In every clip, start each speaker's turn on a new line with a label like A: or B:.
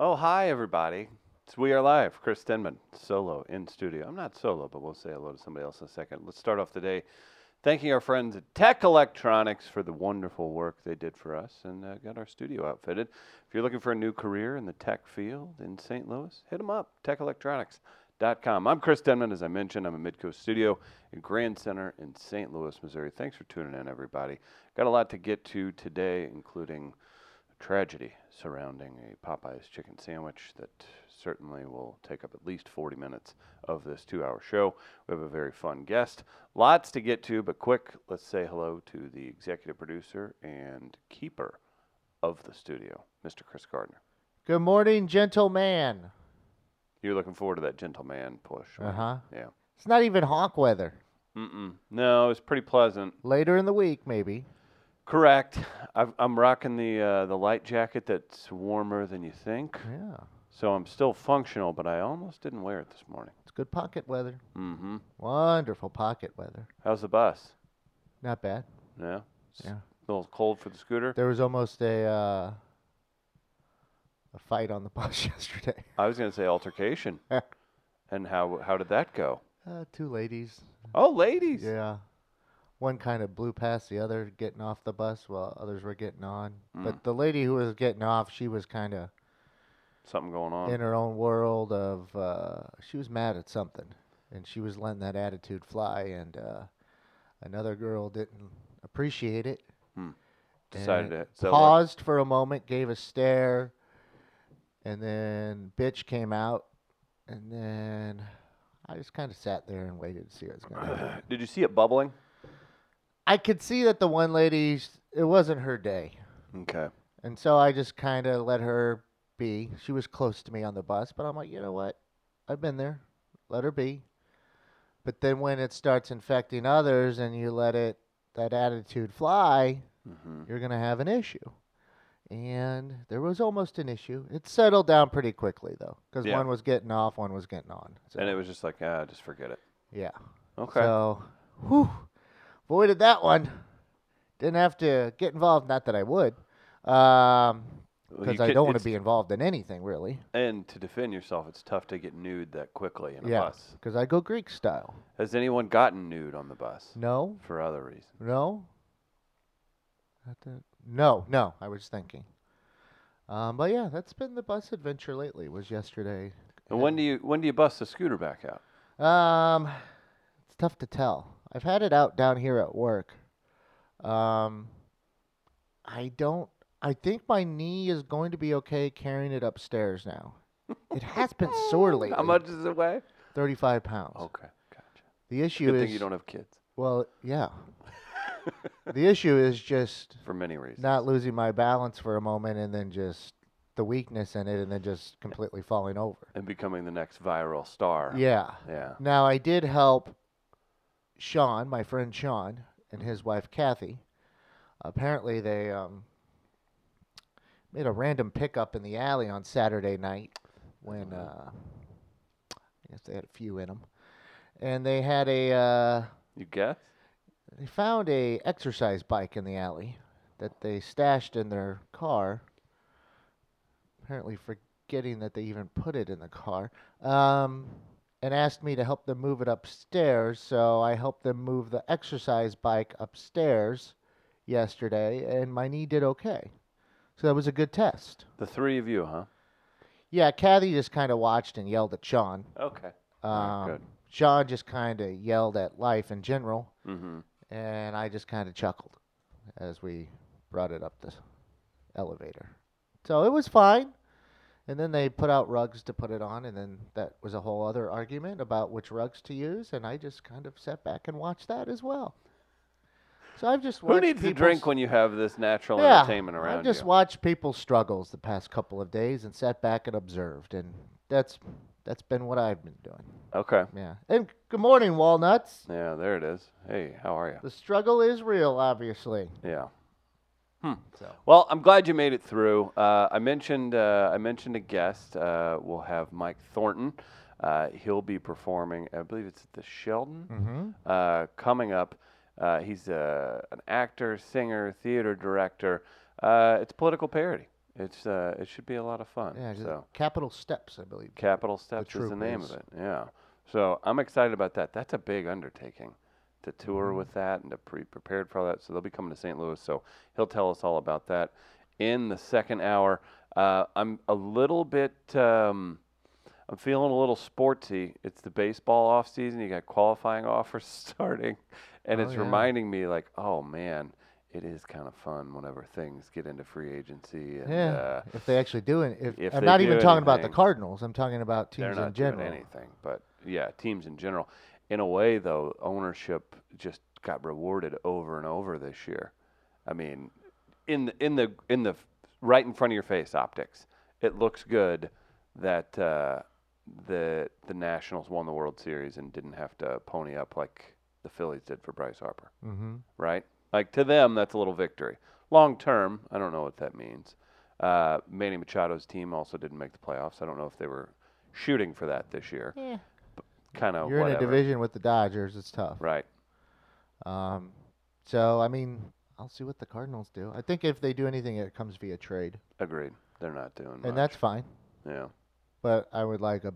A: Oh, hi, everybody. It's we Are Live. Chris Denman, solo in studio. I'm not solo, but we'll say hello to somebody else in a second. Let's start off the day thanking our friends at Tech Electronics for the wonderful work they did for us and uh, got our studio outfitted. If you're looking for a new career in the tech field in St. Louis, hit them up, techelectronics.com. I'm Chris Denman, as I mentioned. I'm at Midco Studio in Grand Center in St. Louis, Missouri. Thanks for tuning in, everybody. Got a lot to get to today, including tragedy surrounding a Popeye's chicken sandwich that certainly will take up at least 40 minutes of this two hour show. We have a very fun guest. Lots to get to, but quick, let's say hello to the executive producer and keeper of the studio, Mr. Chris Gardner.
B: Good morning, gentleman.
A: You're looking forward to that gentleman push. right?
B: Uh huh.
A: Yeah.
B: It's not even hawk weather.
A: Mm-mm. No, it's pretty pleasant.
B: Later in the week, maybe.
A: Correct. I've, I'm rocking the uh, the light jacket that's warmer than you think.
B: Yeah.
A: So I'm still functional, but I almost didn't wear it this morning.
B: It's good pocket weather.
A: Mm-hmm.
B: Wonderful pocket weather.
A: How's the bus?
B: Not bad.
A: Yeah. It's
B: Yeah.
A: A little cold for the scooter.
B: There was almost a uh, a fight on the bus yesterday.
A: I was gonna say altercation. and how how did that go?
B: Uh, two ladies.
A: Oh, ladies.
B: Yeah. One kind of blew past the other getting off the bus while others were getting on. But the lady who was getting off, she was kind of
A: Something going on.
B: in her own world of uh, she was mad at something and she was letting that attitude fly and uh, another girl didn't appreciate it and
A: Decided to so like,
B: paused for a moment gave a stare and then bitch came out and then i just kind of sat there and waited to see what's going to happen
A: Did you see it bubbling?
B: i could see that the one lady it wasn't her day
A: Okay.
B: And so I just kind of let her be. She was close to me on the bus, but I'm like, you know what? I've been there. Let her be. But then when it starts infecting others and you let it that attitude fly,
A: Mm-hmm.
B: you're going to have an issue. And there was almost an issue. It settled down pretty quickly though, cuz
A: Yeah.
B: one was getting off, one was getting on. So,
A: And it was just like, ah, just forget it.
B: yeah.
A: Okay.
B: So, whew, avoided that one. Didn't have to get involved. Not that I would, um,
A: Well, you
B: because I
A: could-
B: don't want to
A: it's-
B: be involved in anything really.
A: And to defend yourself, it's tough to get nude that quickly in a
B: Yeah,
A: bus.
B: because I go Greek style.
A: Has anyone gotten nude on the bus
B: No,
A: for other reasons?
B: no, Not that- no, no. I was thinking. Um, but yeah, that's been the bus adventure lately. Was yesterday.
A: And when do you when do you bust the scooter back out?
B: Um, it's tough to tell. I've had it out down here at work. Um, I don't. I think my knee is going to be okay carrying it upstairs now. It has been sore lately.
A: How much is it weigh?
B: Thirty-five pounds.
A: Okay, gotcha.
B: The issue
A: Oh, Good
B: is
A: thing you don't have kids
B: well, yeah. the issue is just
A: for many reasons.
B: not losing my balance for a moment and then just the weakness in it and then just completely falling over.
A: and becoming the next viral star.
B: Yeah.
A: Yeah.
B: Now I did help Sean, my friend Sean, and his wife Kathy. Apparently they um, made a random pickup in the alley on Saturday night when uh, I guess they had a few in them, and they had a uh,
A: You guess?
B: they found a exercise bike in the alley that they stashed in their car. Apparently, forgetting that they even put it in the car. Um, and asked me to help them move it upstairs. So I helped them move the exercise bike upstairs yesterday, and my knee did okay. So that was a good test.
A: The three of you, huh?
B: Yeah, Kathy just kind of watched and yelled at Sean.
A: Okay. Alright,
B: Um,
A: good.
B: Sean just kind of yelled at life in general
A: Mm-hmm.
B: and I just kind of chuckled as we brought it up the elevator. So it was fine. And then they put out rugs to put it on, and then that was a whole other argument about which rugs to use, and I just kind of sat back and watched that as well. So I've just
A: Who
B: watched
A: needs to
B: people's-
A: drink when you have this natural
B: yeah,
A: entertainment around
B: I've just
A: you?
B: watched people's struggles the past couple of days and sat back and observed, and that's that's been what I've been doing.
A: okay.
B: Yeah. And good morning, walnuts.
A: Yeah, there it is. Hey, how are
B: The struggle is real, obviously.
A: you? Yeah.
B: So.
A: Well, I'm glad you made it through. Uh, I mentioned uh, I mentioned a guest. Uh, we'll have Mike Thornton. Uh, he'll be performing. I believe it's at the Sheldon.
B: Mm-hmm.
A: uh, coming up. Uh, he's uh, an actor, singer, theater director. Uh, it's political parody. It's uh, it should be a lot of fun.
B: Yeah, just
A: so
B: Capital Steps, I believe.
A: Capital Steps is the
B: Troop
A: name
B: is.
A: of it. Yeah. So I'm excited about that. That's a big undertaking to tour
B: Mm-hmm.
A: with that and to pre prepared for all that. So they'll be coming to St. Louis. So he'll tell us all about that in the second hour. Uh, I'm a little bit. Um, I'm feeling a little sportsy. It's the baseball off season. You got qualifying offers starting, and
B: Oh,
A: it's
B: yeah.
A: reminding me like, oh man, it is kind of fun whenever things get into free agency and
B: yeah,
A: uh,
B: if they actually do it. If,
A: if
B: I'm
A: they
B: not even
A: do
B: talking about the
A: anything,
B: Cardinals. I'm talking about
A: they're
B: teams
A: not
B: in general.
A: doing anything. But yeah, teams in general. In a way, though, ownership just got rewarded over and over this year. I mean, in the, in the in the right in front of your face optics, it looks good that uh, the the Nationals won the World Series and didn't have to pony up like the Phillies did for Bryce Harper
B: Mm-hmm.
A: right? Like to them, that's a little victory. Long term, I don't know what that means. Uh, Manny Machado's team also didn't make the playoffs. I don't know if they were shooting for that this year.
B: Yeah.
A: Kind of
B: You're
A: Oh, whatever.
B: in a division with the Dodgers. It's tough.
A: right?
B: Um, so I mean, I'll see what the Cardinals do. I think if they do anything, it comes via trade,
A: Agreed. They're not doing. much.
B: and that's fine.
A: yeah. You
B: But I would like a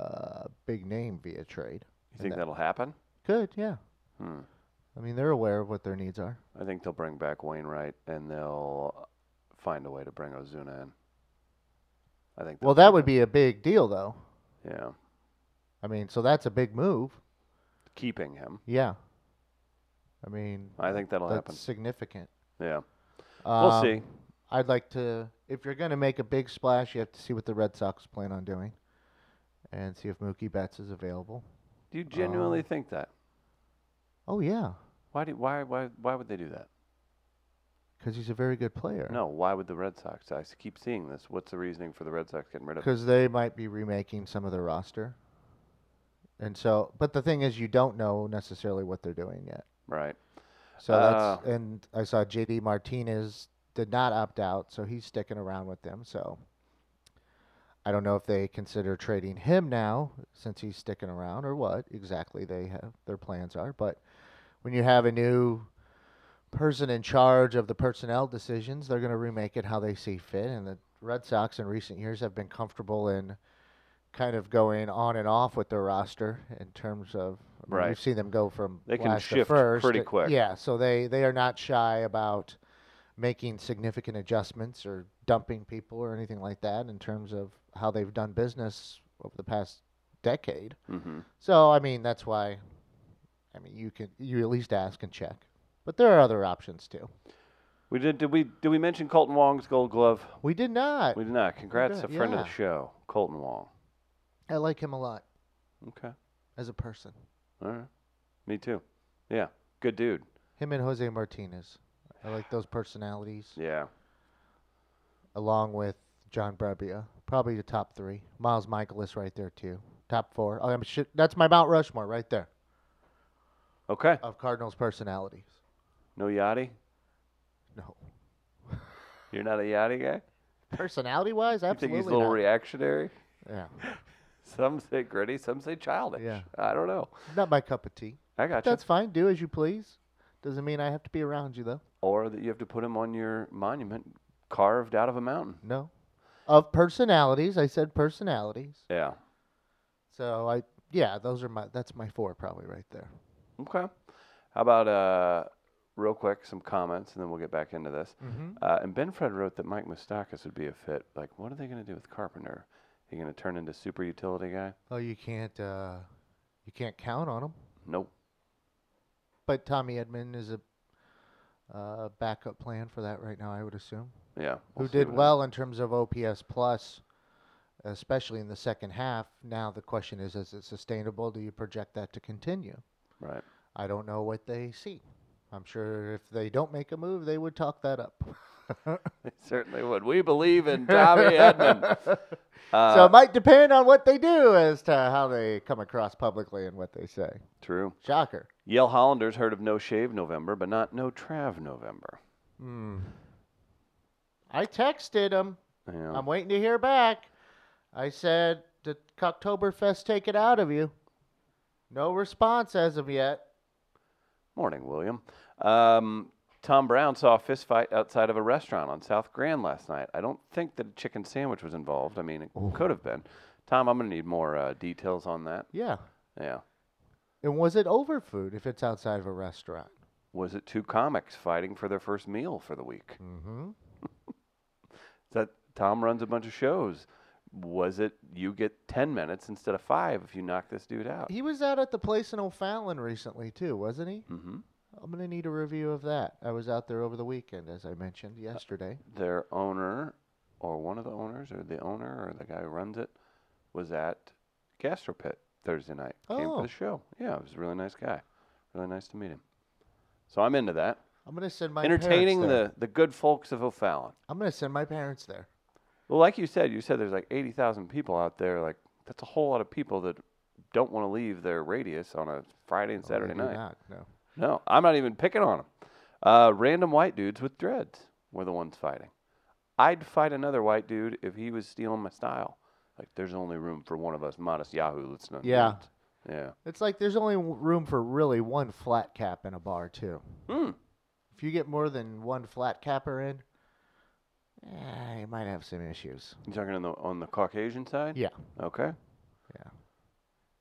B: uh, big name via trade. and
A: think
B: that-
A: that'll happen?
B: Could, yeah.
A: Hmm.
B: I mean, they're aware of what their needs are.
A: I think they'll bring back Wainwright and they'll find a way to bring Ozuna in. I think.
B: Well,
A: they'll
B: that
A: do
B: would be a big deal, though.
A: Yeah.
B: I mean, so that's a big move.
A: Keeping him.
B: Yeah. I mean,
A: I think that'll
B: that's
A: happen.
B: significant.
A: Yeah. We'll
B: Um,
A: see.
B: I'd like to, if you're going to make a big splash, you have to see what the Red Sox plan on doing and see if Mookie Betts is available.
A: Do you genuinely
B: um,
A: think that?
B: Oh, yeah,
A: Why do why why why would they do that?
B: because he's a very good player.
A: No, why would the Red Sox? I s- keep seeing this. What's the reasoning for the Red Sox getting rid of him?
B: Because they might be remaking some of their roster. And so, but the thing is, you don't know necessarily what they're doing yet.
A: Right.
B: So that's,
A: Oh.
B: and I saw JD Martinez did not opt out, so he's sticking around with them. So I don't know if they consider trading him now since he's sticking around or what exactly they have their plans are. But when you have a new person in charge of the personnel decisions, they're going to remake it how they see fit. And the Red Sox in recent years have been comfortable in kind of going on and off with their roster in terms of I mean,
A: Right.
B: We've seen them go from
A: They can
B: last to
A: shift
B: first.
A: pretty
B: Uh,
A: quick.
B: Yeah, so they they are not shy about making significant adjustments or dumping people or anything like that in terms of how they've done business over the past decade.
A: Mm-hmm.
B: So I mean that's why I mean you can you at least ask and check. But there are other options too.
A: We did. Did we? Did we mention Colton Wong's Gold Glove?
B: We did not.
A: We did not. Congrats,
B: did,
A: a friend of
B: yeah.
A: the show, Colton Wong.
B: I like him a lot
A: Okay.
B: as a person.
A: All right. Me too. Yeah. Good dude.
B: Him and Jose Martinez. I like those personalities
A: Yeah.
B: along with John Brebbia. Probably the top 3. Miles Michaelis right there too. Top 4. Oh, I'm shit, that's my Mount Rushmore right there
A: Okay.
B: of Cardinals personalities.
A: No yachty.
B: No.
A: You're not a yachty guy.
B: Personality wise,
A: You think
B: absolutely.
A: he's a little
B: not.
A: reactionary?
B: yeah.
A: Some say gritty. Some say childish.
B: Yeah.
A: I don't know.
B: Not my cup of tea.
A: I got gotcha. you.
B: That's fine. Do as you please. Doesn't mean I have to be around you though.
A: Or that you have to put him on your monument, carved out of a mountain.
B: No. Of personalities, I said personalities.
A: Yeah.
B: So I yeah, those are my that's my four probably right there.
A: Okay. How about uh, real quick some comments, and then we'll get back into this.
B: Mhm.
A: Uh, and Ben Fred wrote that Mike Moustakas would be a fit. Like, what are they going to do with Carpenter? He going to turn into super utility guy?
B: Oh, you can't uh you can't count on them.
A: Nope.
B: But Tommy Edmond is a uh, backup plan for that right now, I would assume.
A: Yeah.
B: Who
A: see
B: did
A: what
B: well in terms of OPS plus, especially in the second half. Now the question is, is it sustainable? Do you project that to continue?
A: happens. Right.
B: I don't know what they see. I'm sure if they don't make a move, they would talk that up.
A: They certainly would. We believe in Tommy Edmond. Uh,
B: so it might depend on what they do as to how they come across publicly and what they say.
A: true.
B: Shocker.
A: Yale Hollanders heard of No Shave November, but not No Trav November.
B: Hmm. I texted him.
A: Yeah.
B: I'm waiting to hear back. I said, did Cocktoberfest take it out of you? No response as of yet.
A: Morning, William. Um, Tom Brown saw a fist fight outside of a restaurant on South Grand last night. I don't think that a chicken sandwich was involved. I mean, it could have been. Tom, I'm going to need more uh, details on that.
B: Yeah.
A: Yeah.
B: And was it over food if it's outside of a restaurant?
A: Was it two comics fighting for their first meal for the week?
B: Mm-hmm.
A: that Tom runs a bunch of shows. Was it you get 10 minutes instead of five if you knock this dude out?
B: He was out at the place in O'Fallon recently too, wasn't he?
A: Mm-hmm.
B: I'm gonna need a review of that. I was out there over the weekend, as I mentioned yesterday.
A: Their owner, or one of the owners, or the owner, or the guy who runs it, was at Gastropit Thursday night. Came for
B: Oh.
A: the show. Yeah, it was a really nice guy. Really nice to meet him. So I'm into that.
B: I'm gonna send my
A: Entertaining
B: parents there.
A: the, the good folks of O'Fallon.
B: I'm gonna send my parents there.
A: Well, like you said, you said there's like 80,000 people out there. Like, that's a whole lot of people that don't want to leave their radius on a Friday and
B: Oh, they
A: Saturday
B: do
A: night.
B: not, no.
A: No, I'm not even picking on them. Uh, random white dudes with dreads were the ones fighting. I'd fight another white dude if he was stealing my style. Like, there's only room for one of us modest Yahoo listeners.
B: Yeah.
A: Yeah.
B: It's like there's only w- room for really one flat cap in a bar too.
A: Hmm.
B: If you get more than one flat capper in, eh, you might have some issues.
A: You talking on the on the Caucasian side?
B: Yeah.
A: Okay.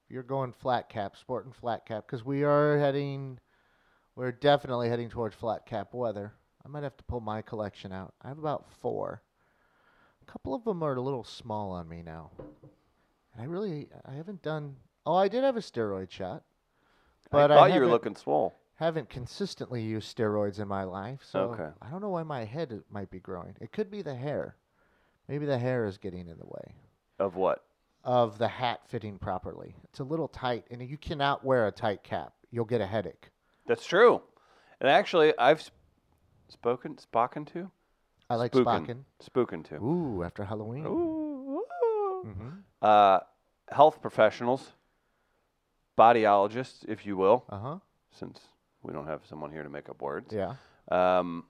B: you're going flat cap, sporting flat cap, because we are heading, we're definitely heading towards flat cap weather. I might have to pull my collection out. I have about four. A couple of them are a little small on me now, and I really, I haven't done. Oh, I did have a steroid shot, but
A: I
B: I,
A: thought you were
B: haven't-
A: looking swole.
B: haven't consistently used steroids in my life, so
A: Okay.
B: I don't know why my head it might be growing. It could be the hair. Maybe the hair is getting in the way
A: Of what?
B: of the hat fitting properly. It's a little tight, and you cannot wear a tight cap. You'll get a headache.
A: That's true. And actually, I've sp- spoken, spoken to,
B: I like
A: Spookin'.
B: spocking.
A: spoken to.
B: Ooh, after Halloween.
A: Ooh, ooh.
B: Mm-hmm.
A: Uh, health professionals, bodyologists, if you will,
B: Uh huh.
A: since we don't have someone here to make up words,
B: Yeah.
A: um,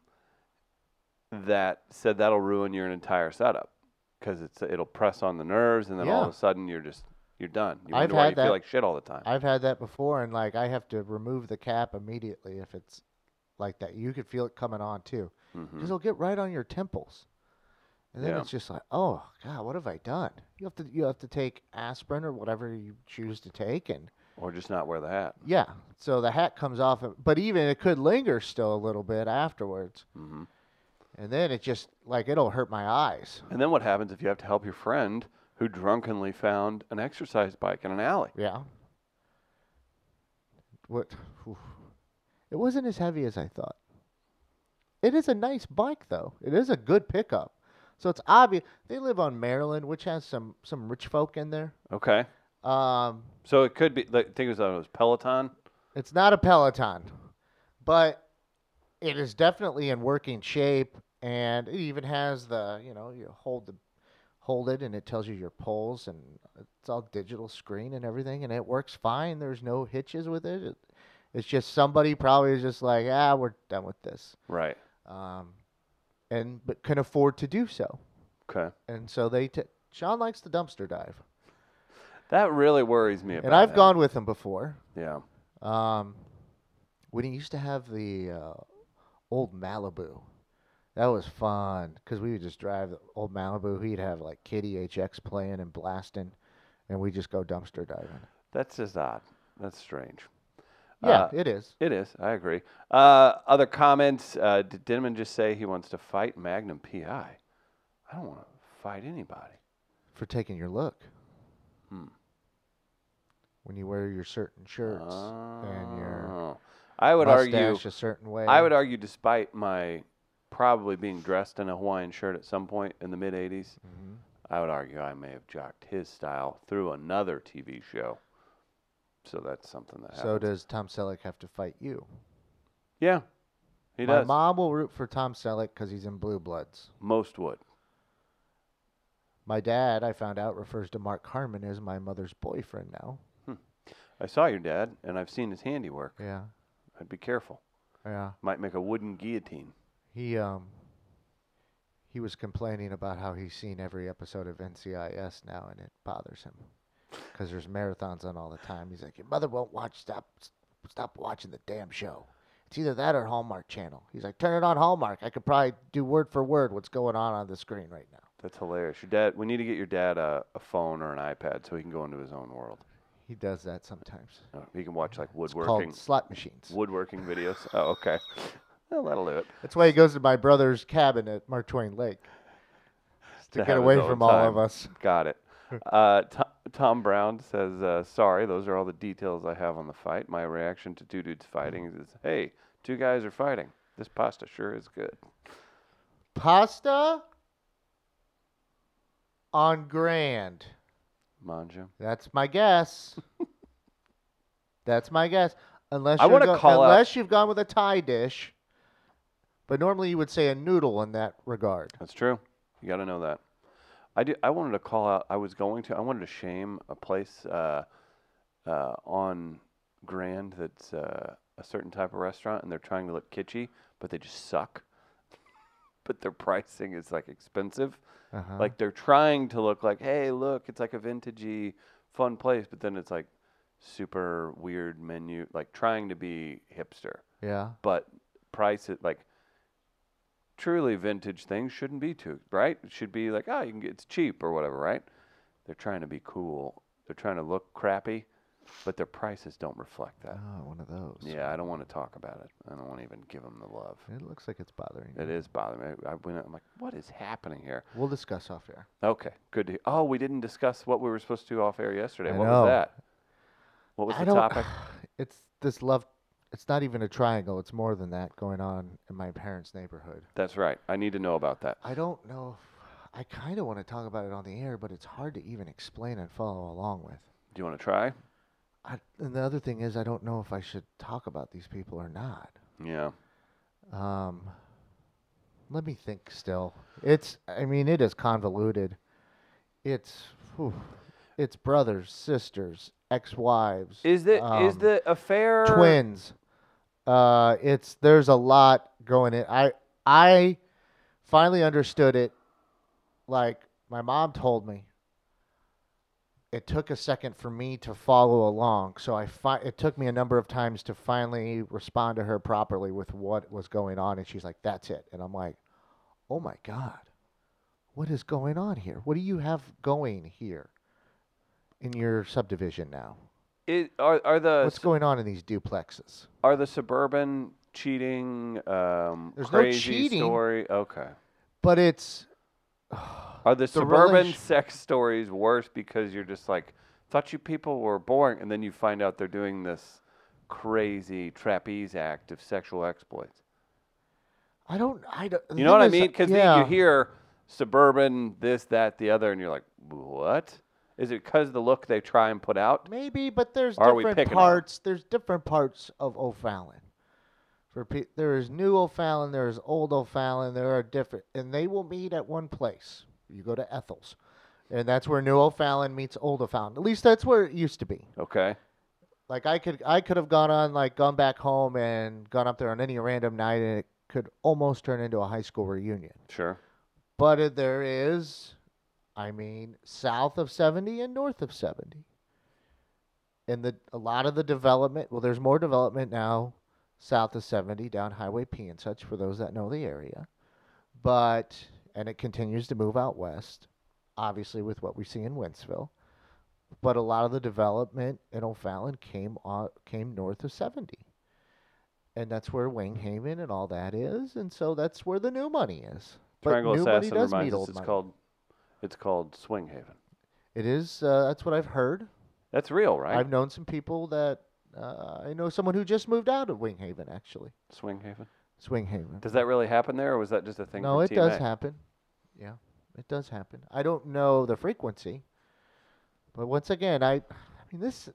A: that said that'll ruin your entire setup because it's it'll press on the nerves, and then all
B: Yeah.
A: of a sudden you're just you're done. You
B: I've
A: wonder why
B: had
A: you
B: that.
A: feel like shit all the time.
B: I've had that before, and like I have to remove the cap immediately if it's like that. You could feel it coming on too,
A: Mhm.
B: because it'll get right on your temples, and then
A: Yeah.
B: it's just like, oh god, what have I done? You have to you have to take aspirin or whatever you choose to take, and
A: Or just not wear the hat.
B: yeah, so the hat comes off. uh, But even it could linger still a little bit afterwards.
A: hmm
B: And then it just like it'll hurt my eyes.
A: And then what happens if you have to help your friend who drunkenly found an exercise bike in an alley?
B: Yeah. What? oof. It wasn't as heavy as I thought. It is a nice bike though. It is a good pickup. So it's obvious they live on Maryland, which has some some rich folk in there.
A: Okay.
B: Um,
A: So it could be. Like, I think it was, uh, it was Peloton.
B: it's not a Peloton, but it is definitely in working shape, and it even has the you know you hold the hold it and it tells you your poles and it's all digital screen and everything and it works fine there's no hitches with it, it it's just somebody probably is just like ah we're done with this
A: Right.
B: um, and but can afford to do so
A: Okay.
B: and so they t- sean likes the dumpster dive
A: That really worries me. About
B: and i've
A: him.
B: gone with him before
A: Yeah.
B: Um, when he used to have the uh, old Malibu, that was fun because we would just drive the old Malibu. He'd have like Kitty HX playing and blasting, and we just go dumpster diving.
A: That's just odd. That's strange.
B: Yeah,
A: Uh,
B: it is.
A: It is. I agree. Uh, other comments. Uh, did Denman just say he wants to fight Magnum PI? I don't want to fight anybody.
B: for taking your look.
A: Hmm.
B: When you wear your certain shirts and your
A: Oh. Uh, I would
B: mustache
A: argue.
B: a certain way.
A: I would argue, despite my probably being dressed in a Hawaiian shirt at some point in the mid '80s,
B: Mhm.
A: I would argue I may have jocked his style through another TV show. So that's something that
B: So
A: happens.
B: does Tom Selleck have to fight you?
A: yeah, he
B: My
A: does.
B: mom will root for Tom Selleck because he's in Blue Bloods.
A: Most would.
B: My dad, I found out, refers to Mark Harmon as my mother's boyfriend now.
A: I saw your dad, and I've seen his handiwork.
B: Yeah,
A: I'd be careful.
B: yeah.
A: Might make a wooden guillotine.
B: He um. He was complaining about how he's seen every episode of NCIS now, and it bothers him because there's marathons on all the time. He's like, "Your mother won't watch. Stop, stop watching the damn show. It's either that or Hallmark Channel. He's like, turn it on Hallmark. I could probably do word for word what's going on on the screen right now.
A: That's hilarious. Your dad. We need to get your dad a, a phone or an iPad so he can go into his own world.
B: He does that sometimes.
A: Uh, He can watch like
B: It's called
A: woodworking,
B: slot machines.
A: woodworking videos. Oh, okay. Well, that'll do it.
B: That's why he goes to my brother's cabin at Mark Twain Lake to,
A: To
B: get
A: have his
B: away
A: own
B: from all of
A: time.
B: us.
A: Got it. Uh, Tom, Tom Brown says, uh, "Sorry, those are all the details I have on the fight. My reaction to two dudes fighting is, hey, two guys are fighting. This pasta sure is good.
B: Pasta on grand.
A: Manja.
B: That's my guess. That's my guess. Unless
A: I
B: you're
A: wanna
B: go-
A: call out-
B: unless you've gone with a Thai dish, but normally you would say a noodle in that regard.
A: That's true. You got to know that. I did, I wanted to call out. I was going to. I wanted to shame a place uh, uh, on Grand that's uh, a certain type of restaurant, and they're trying to look kitschy, but they just suck. but their pricing is like expensive.
B: Uh-huh.
A: Like they're trying to look like, hey, look, it's like a vintagey, fun place, but then it's like super weird menu, like trying to be hipster,
B: yeah,
A: but price it like truly vintage things shouldn't be too right. It should be like, oh, you can get it's cheap or whatever, right? They're trying to be cool. They're trying to look crappy, but their prices don't reflect that.
B: oh, one of those.
A: Yeah, I don't want to talk about it. I don't want to even give them the love.
B: it looks like it's bothering. you.
A: It is bothering me. I went. I'm like, what is happening here?
B: We'll discuss off air.
A: Okay, good to hear. Oh, we didn't discuss what we were supposed to do off air yesterday.
B: I
A: what
B: know.
A: was that? What was
B: I
A: the
B: don't-
A: topic?
B: It's this love. It's not even a triangle. It's more than that going on in my parents' neighborhood.
A: That's right. I need to know about that.
B: I don't know. if I kind of want to talk about it on the air, but it's hard to even explain and follow along with.
A: Do you want to try?
B: I, and the other thing is, I don't know if I should talk about these people or not.
A: Yeah.
B: Um, let me think. Still, it's. I mean, it is convoluted. It's. whew, it's brothers, sisters, ex-wives.
A: Is the is
B: um,
A: the affair
B: twins. Uh, it's there's a lot going in. I I finally understood it. Like my mom told me. It took a second for me to follow along, so I fi- it took me a number of times to finally respond to her properly with what was going on, and she's like, "That's it," and I'm like, "Oh my god, what is going on here? What do you have going here in your subdivision now?
A: i- are are the
B: What's going on in these duplexes?"
A: are the suburban cheating um
B: There's no
A: crazy
B: cheating.
A: story? Okay.
B: but it's
A: Are the, suburban
B: relation-
A: sex stories worse because you're just like thought you people were boring and then you find out they're doing this crazy trapeze act of sexual exploits?
B: I don't I don't the
A: You know what
B: thing
A: I
B: is,
A: mean? Because
B: yeah,
A: you hear suburban, this, that, the other, and you're like, what? Is it because the look they try and put out?
B: maybe, but there's
A: Are we
B: different
A: picking on 'em?
B: parts. There's different parts of O'Fallon. For pe- there is new O'Fallon, there is old O'Fallon. There are different, and they will meet at one place. You go to Ethel's, and that's where new O'Fallon meets old O'Fallon. At least that's where it used to be.
A: Okay.
B: Like I could I could have gone on like gone back home and gone up there on any random night, and it could almost turn into a high school reunion.
A: Sure.
B: But it, there is, I mean, south of 70 and north of 70. And the a lot of the development, well, there's more development now south of 70 down Highway P and such for those that know the area. But, and it continues to move out west, obviously, with what we see in Wentzville. But a lot of the development in O'Fallon came on, came north of 70. And that's where Wayne Haven and all that is. And so that's where the new money is. But
A: Triangle
B: new money
A: Assassin
B: does meet
A: reminds
B: old
A: us it's
B: money.
A: called, it's called Swing Haven.
B: It is. Uh, that's what I've heard.
A: That's real, right?
B: I've known some people that uh, I know someone who just moved out of Wing Haven actually.
A: Swing Haven.
B: Swing Haven.
A: Does that really happen there, or was that just a thing?
B: No,
A: from
B: it does
A: TMA?
B: happen. Yeah, it does happen. I don't know the frequency, but once again, I, I mean, this,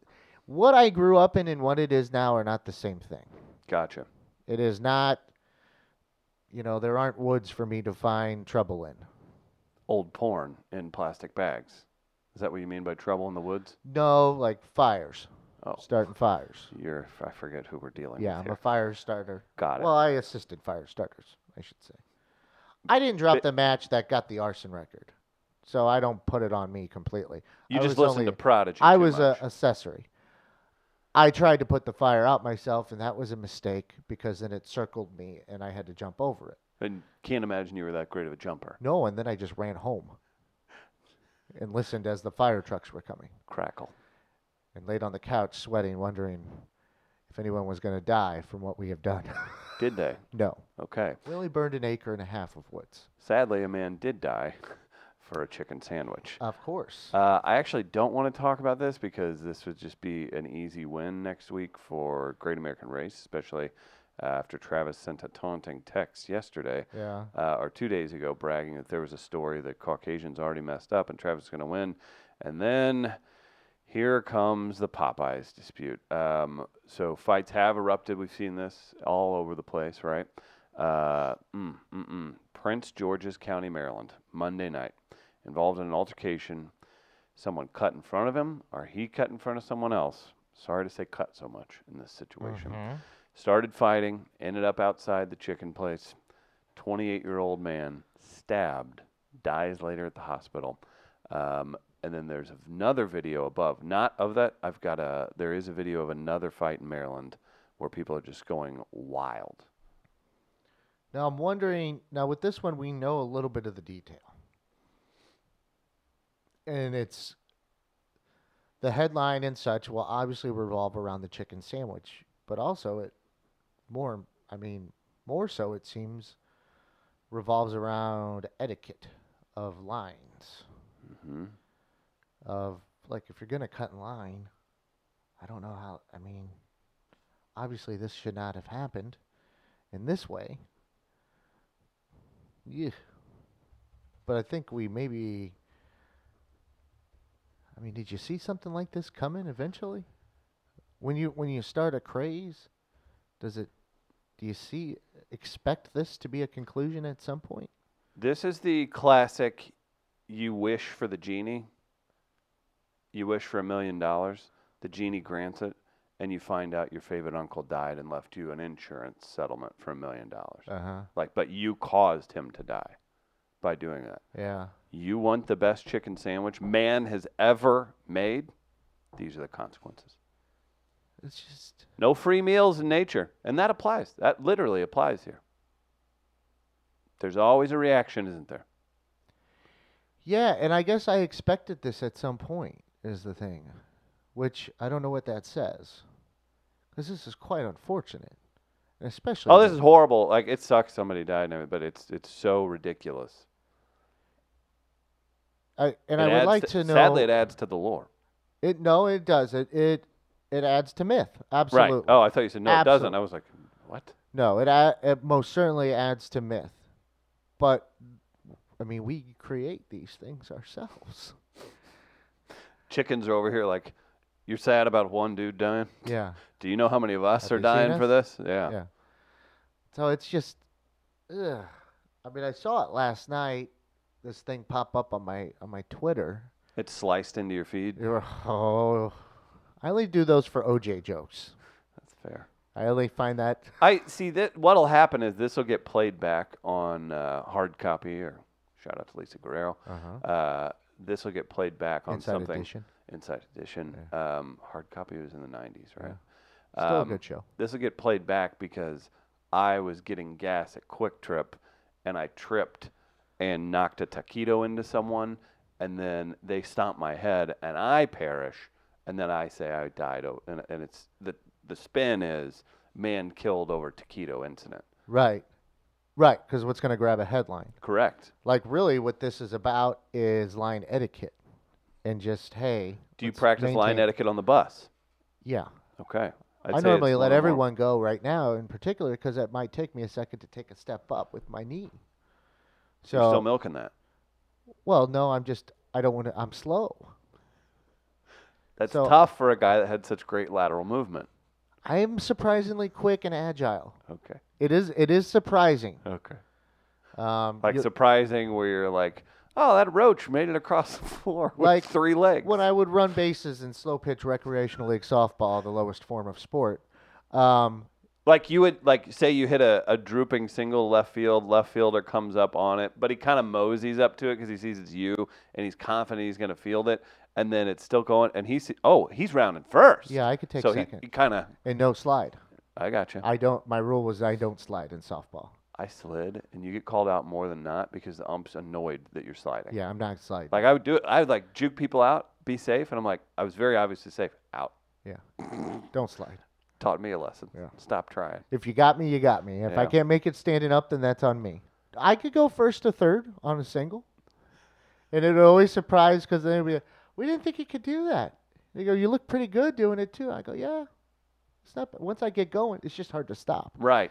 B: what I grew up in and what it is now are not the same thing.
A: Gotcha.
B: It is not. You know, there aren't woods for me to find trouble in.
A: Old porn in plastic bags. Is that what you mean by trouble in the woods?
B: No, like fires,
A: Oh,
B: starting fires.
A: you're. I forget who we're dealing with
B: Yeah, I'm
A: here.
B: a fire starter.
A: Got it.
B: Well, I assisted fire starters, I should say. I didn't drop
A: But-
B: the match that got the arson record, so I don't put it on me completely.
A: you
B: I
A: just
B: was uh,
A: listened to
B: only-
A: Prodigy.
B: I
A: too
B: was a
A: much.
B: accessory. I tried to put the fire out myself, and that was a mistake because then it circled me, and I had to jump over it.
A: And can't imagine you were that great of a jumper.
B: No, and then I just ran home and listened as the fire trucks were coming,
A: Crackle.
B: and laid on the couch sweating, wondering if anyone was going to die from what we have done.
A: Did they?
B: no,
A: Okay.
B: we only burned an acre and a half of woods.
A: Sadly, a man did die for a chicken sandwich.
B: Of course.
A: Uh, I actually don't want to talk about this because this would just be an easy win next week for Great American Race, especially uh, after Travis sent a taunting text yesterday
B: yeah.
A: uh, or two days ago bragging that there was a story that Caucasians already messed up and Travis is going to win. And then here comes the Popeyes dispute. Um, so fights have erupted. We've seen this all over the place, right? Uh, mm, mm, mm. Prince George's County, Maryland, Monday night, involved in an altercation. Someone cut in front of him, or he cut in front of someone else. Sorry to say cut so much in this situation. Started fighting, ended up outside the chicken place. 28 year old man stabbed, dies later at the hospital. Um, and then there's another video above, not of that. I've got a, there is a video of another fight in Maryland where people are just going wild.
B: Now I'm wondering. Now with this one, we know a little bit of the detail, and it's the headline and such will obviously revolve around the chicken sandwich, but also it more. I mean, more so it seems revolves around etiquette of lines
A: hmm
B: of like if you're gonna cut in line. I don't know how. I mean, obviously this should not have happened in this way. Yeah. But I think we maybe. I mean, did you see something like this coming eventually? When you when you start a craze, does it? Do you see expect this to be a conclusion at some point?
A: This is the classic you wish for the genie, you wish for a million dollars, the genie grants it, and you find out your favorite uncle died and left you an insurance settlement for a million dollars.
B: Uh huh.
A: Like, but you caused him to die by doing that.
B: Yeah.
A: You want the best chicken sandwich man has ever made? These are the consequences.
B: It's just.
A: No free meals in nature. And that applies. That literally applies here. There's always a reaction, isn't there?
B: Yeah, and I guess I expected this at some point is the thing, which I don't know what that says, because this is quite unfortunate, and especially.
A: Oh, this is
B: with-
A: horrible. Like it sucks somebody died and everything, but it's it's so ridiculous.
B: I,
A: It
B: and I would
A: adds
B: like to, know.
A: Sadly, it adds to the lore.
B: It no, it does. It it it adds to myth. Absolutely.
A: Right. Oh, I thought you said no. It doesn't.
B: Absolute.
A: I was like, what?
B: No, it a- it most certainly adds to myth. But I mean, we create these things ourselves.
A: Chickens are over here. Like, you're sad about one dude dying.
B: Yeah.
A: Do you know how many of us
B: Have
A: are
B: you seen
A: dying for this? Yeah.
B: Yeah. So it's just, ugh. I mean, I saw it last night. This thing pop up on my on my Twitter.
A: It's sliced into your feed.
B: You were- Oh, I only do those for OJ jokes.
A: That's fair.
B: I only find that
A: I see that what'll happen is this will get played back on uh, hard copy or shout out to Lisa Guerrero. Uh, this will get played back on
B: Inside
A: something
B: Edition.
A: Inside Edition. Um, hard copy was in the '90s, right?
B: Still
A: Um,
B: a good show.
A: This will get played back because I was getting gas at Quick Trip, and I tripped and knocked a taquito into someone, and then they stomp my head, and I perish, and then I say I died. o- And, and it's the the spin is man killed over taquito incident.
B: Right. Right, because what's going to grab a headline?
A: Correct.
B: Like, really, what this is about is line etiquette, and just hey.
A: Do you
B: let's
A: practice line
B: maintain-
A: etiquette on the bus?
B: Yeah,
A: Okay. I'd
B: i
A: say
B: normally
A: it's
B: let
A: one of more.
B: everyone go right now, in particular, because it might take me a second to take a step up with my knee. So,
A: You're still milking that.
B: well, no, I'm just I don't want to. I'm slow.
A: That's
B: So-
A: tough for a guy that had such great lateral movement.
B: I am surprisingly quick and agile.
A: Okay.
B: It is it is surprising.
A: Okay.
B: Um,
A: Like
B: you-
A: surprising where you're like, oh, that roach made it across the floor with
B: Like,
A: three legs.
B: when I would run bases in slow pitch recreational league softball, the lowest form of sport, um,
A: Like you would like say you hit a, a drooping single left field, left fielder comes up on it, but he kind of moseys up to it because he sees it's you and he's confident he's going to field it, and then it's still going, and he's oh he's rounding first.
B: Yeah, I could take
A: so
B: second.
A: he, he kind of
B: and no slide.
A: I got you.
B: I don't. My rule was I don't slide in softball.
A: I slid, and you get called out more than not because the ump's annoyed that you're sliding.
B: Yeah, I'm not sliding.
A: Like I would do it, I would like juke people out, be safe, and I'm like I was very obviously safe. Out
B: yeah, don't slide.
A: taught me a lesson.
B: Yeah.
A: Stop trying.
B: If you got me, you got me. If I
A: Yeah.
B: can't make it standing up, then that's on me. I could go first to third on a single, and it would always surprise because then it'd be like, we didn't think you could do that. They go, you look pretty good doing it too. I go, yeah. It's not. Once I get going, it's just hard to stop.
A: Right.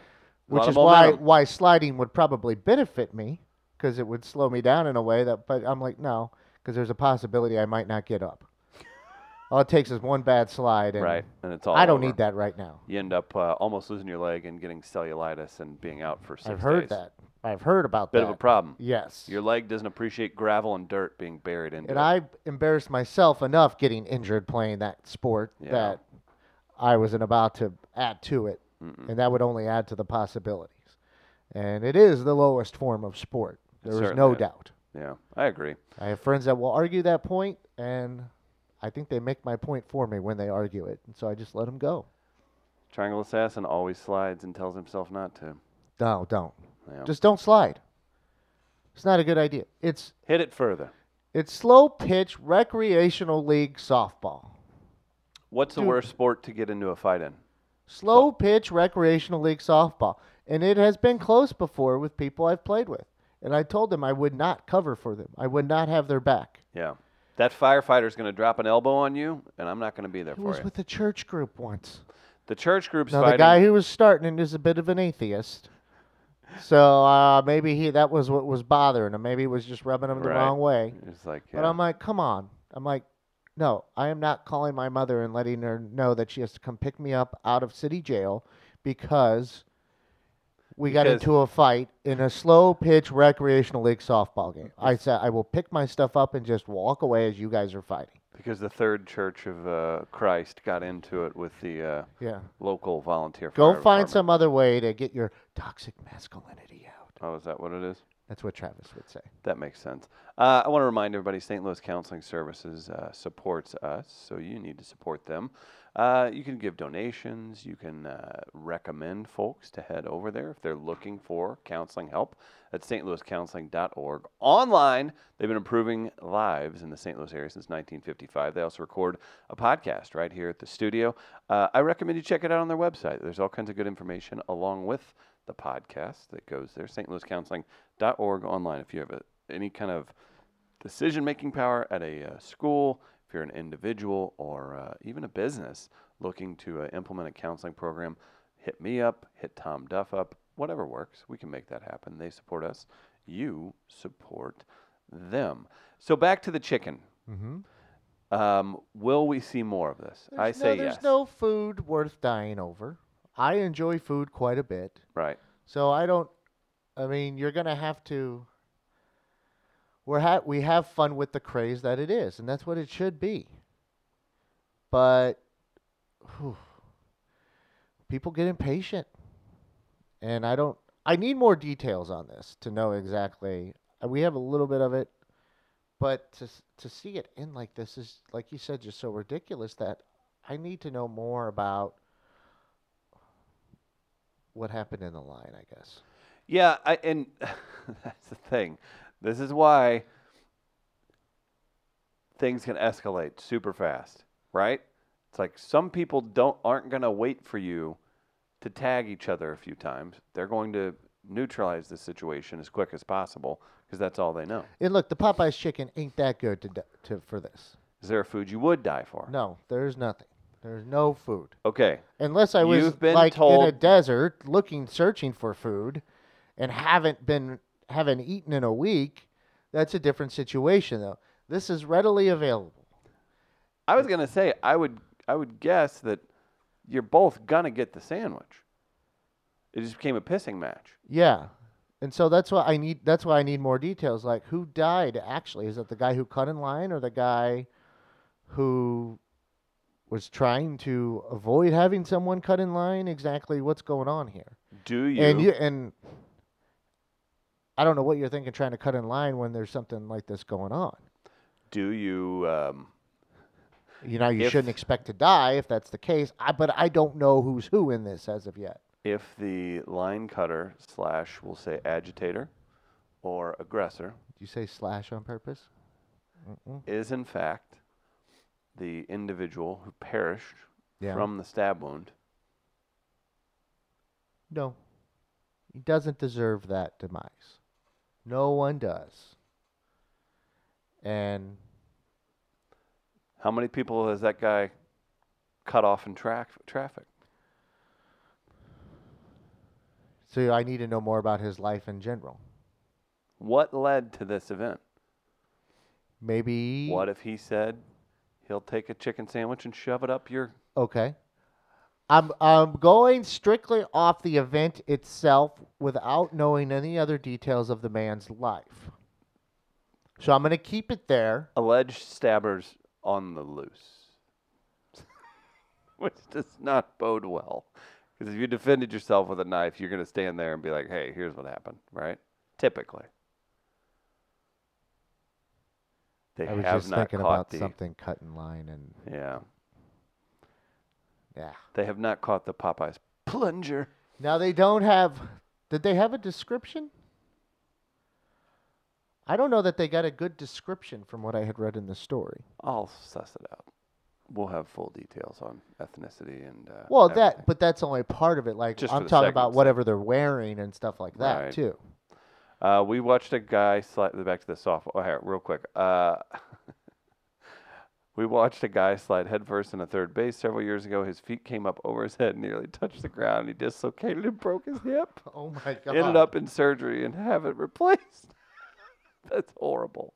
A: A lot
B: which
A: of
B: is why
A: momentum.
B: why sliding would probably benefit me because it would slow me down in a way that but i'm like no because there's a possibility i might not get up all it takes is one bad slide and
A: right, and it's all.
B: i don't
A: over.
B: need that right now
A: You end up uh, almost losing your leg and getting cellulitis and being out for six
B: i've heard
A: days.
B: that i've heard about
A: Bit
B: that
A: of a problem.
B: yes
A: Your leg doesn't appreciate gravel and dirt being buried into
B: and
A: it.
B: i embarrassed myself enough getting injured playing that sport
A: Yeah.
B: that i wasn't about to add to it
A: Mm-mm.
B: and that would only add to the possibilities and it is the lowest form of sport
A: It
B: there is
A: certainly
B: no
A: is.
B: doubt
A: yeah, I agree.
B: I have friends that will argue that point, and I think they make my point for me when they argue it, and so I just let them go.
A: Triangle assassin always slides and tells himself not to.
B: No, don't.
A: Yeah.
B: Just don't slide. It's not a good idea. It's
A: hit it further.
B: it's slow pitch recreational league softball.
A: What's the
B: Dude.
A: worst sport to get into a fight in?
B: Slow pitch recreational league softball, and it has been close before with people I've played with. And I told them I would not cover for them. I would not have their back.
A: Yeah, that firefighter's going to drop an elbow on you, and I'm not going to be there
B: It
A: for
B: was
A: you.
B: with a church group once.
A: the church group's
B: Now the
A: fighting.
B: guy who was starting it is a bit of an atheist, so uh, maybe he that was what was bothering him. Maybe it was just rubbing him the
A: Right.
B: wrong way.
A: it's like,
B: But
A: yeah.
B: I'm like, come on. I'm like, no, I am not calling my mother and letting her know that she has to come pick me up out of city jail because we got
A: Because-
B: into a fight in a slow pitch recreational league softball game. I said I will pick my stuff up and just walk away as you guys are fighting.
A: because the Third Church of uh, Christ got into it with the uh,
B: Yeah.
A: local volunteer. fire
B: Go find
A: department.
B: some other way to get your toxic masculinity out.
A: Oh, is that what it is?
B: That's what Travis would say.
A: That makes sense. Uh, I want to remind everybody St. Louis Counseling Services uh, supports us, so you need to support them. Uh, you can give donations. You can uh, recommend folks to head over there if they're looking for counseling help at stlouiscounseling.org. Online, they've been improving lives in the St. Louis area since 1955. They also record a podcast right here at the studio. Uh, I recommend you check it out on their website. There's all kinds of good information along with the podcast that goes there, stlouiscounseling.org online. If you have a, any kind of decision making power at a uh, school, if you're an individual or uh, even a business looking to uh, implement a counseling program, hit me up, hit Tom Duff up, whatever works. We can make that happen. They support us, you support them. So back to the chicken.
B: Mm-hmm.
A: Um, will we see more of this? I
B: There's no,
A: say
B: there's
A: yes.
B: no food worth dying over. I enjoy food quite a bit,
A: right.
B: so I don't. I mean, you're gonna have to. We're ha- we have fun with the craze that it is, and that's what it should be. But whew, people get impatient, and I don't. I need more details on this to know exactly. uh, We have a little bit of it, but to s- to see it end like this is, like you said, just so ridiculous that I need to know more about what happened in the line. I guess.
A: Yeah, I, and that's the thing. This is why things can escalate super fast, right? It's like some people don't aren't going to wait for you to tag each other a few times. They're going to neutralize the situation as quick as possible because that's all they know.
B: And look, the Popeyes chicken ain't that good to, d- to for this.
A: Is there a food you would die for?
B: No, there's nothing. There's no food
A: Okay.
B: unless I was
A: You've been
B: like in a
A: told-
B: desert looking, searching for food, and haven't been haven't eaten in a week. That's a different situation though. This is readily available.
A: I was going to say I would I would guess that you're both going to get the sandwich. It just became a pissing match.
B: Yeah. And so that's why I need that's why I need more details. Like who died actually? Is it the guy who cut in line or the guy who was trying to avoid having someone cut in line exactly what's going on here.
A: Do you?
B: And you and I don't know what you're thinking trying to cut in line when there's something like this going on.
A: do you? Um,
B: You know, you
A: If-
B: shouldn't expect to die if that's the case. I, but I don't know who's who in this as of yet.
A: if the line cutter slash we'll say agitator or aggressor
B: Did you say slash on purpose? Mm-mm.
A: is in fact the individual who perished
B: Yeah.
A: from the stab wound,
B: No. He doesn't deserve that demise. No one does. And
A: how many people has that guy cut off in tra- traffic?
B: so I need to know more about his life in general.
A: What led to this event?
B: Maybe
A: What if he said he'll take a chicken sandwich and shove it up your
B: Okay. I'm I'm going strictly off the event itself without knowing any other details of the man's life. So I'm going to keep it there.
A: alleged stabbers on the loose? Which does not bode well. Because if you defended yourself with a knife, you're going to stand there and be like, hey, here's what happened, right? Typically. They
B: I was
A: have
B: just
A: not
B: thinking
A: caught
B: about
A: the
B: something cut in line and
A: yeah.
B: yeah.
A: They have not caught the Popeyes plunger.
B: Now they don't have. Did they have a description? I don't know that they got a good description from what I had read in the story.
A: I'll suss it out. We'll have full details on ethnicity and uh,
B: Well,
A: everything.
B: that but that's only part of it. Like
A: Just for
B: I'm
A: the
B: talking
A: segments,
B: about
A: though.
B: whatever they're wearing and stuff like that
A: Right.
B: too.
A: Uh, we watched a guy slide back to the softball. Oh, here, real quick. Uh, we watched a guy slide headfirst into third base several years ago. His feet came up over his head, and nearly touched the ground. and He dislocated and broke his hip.
B: Oh my god!
A: Ended up in surgery and have it replaced. That's horrible.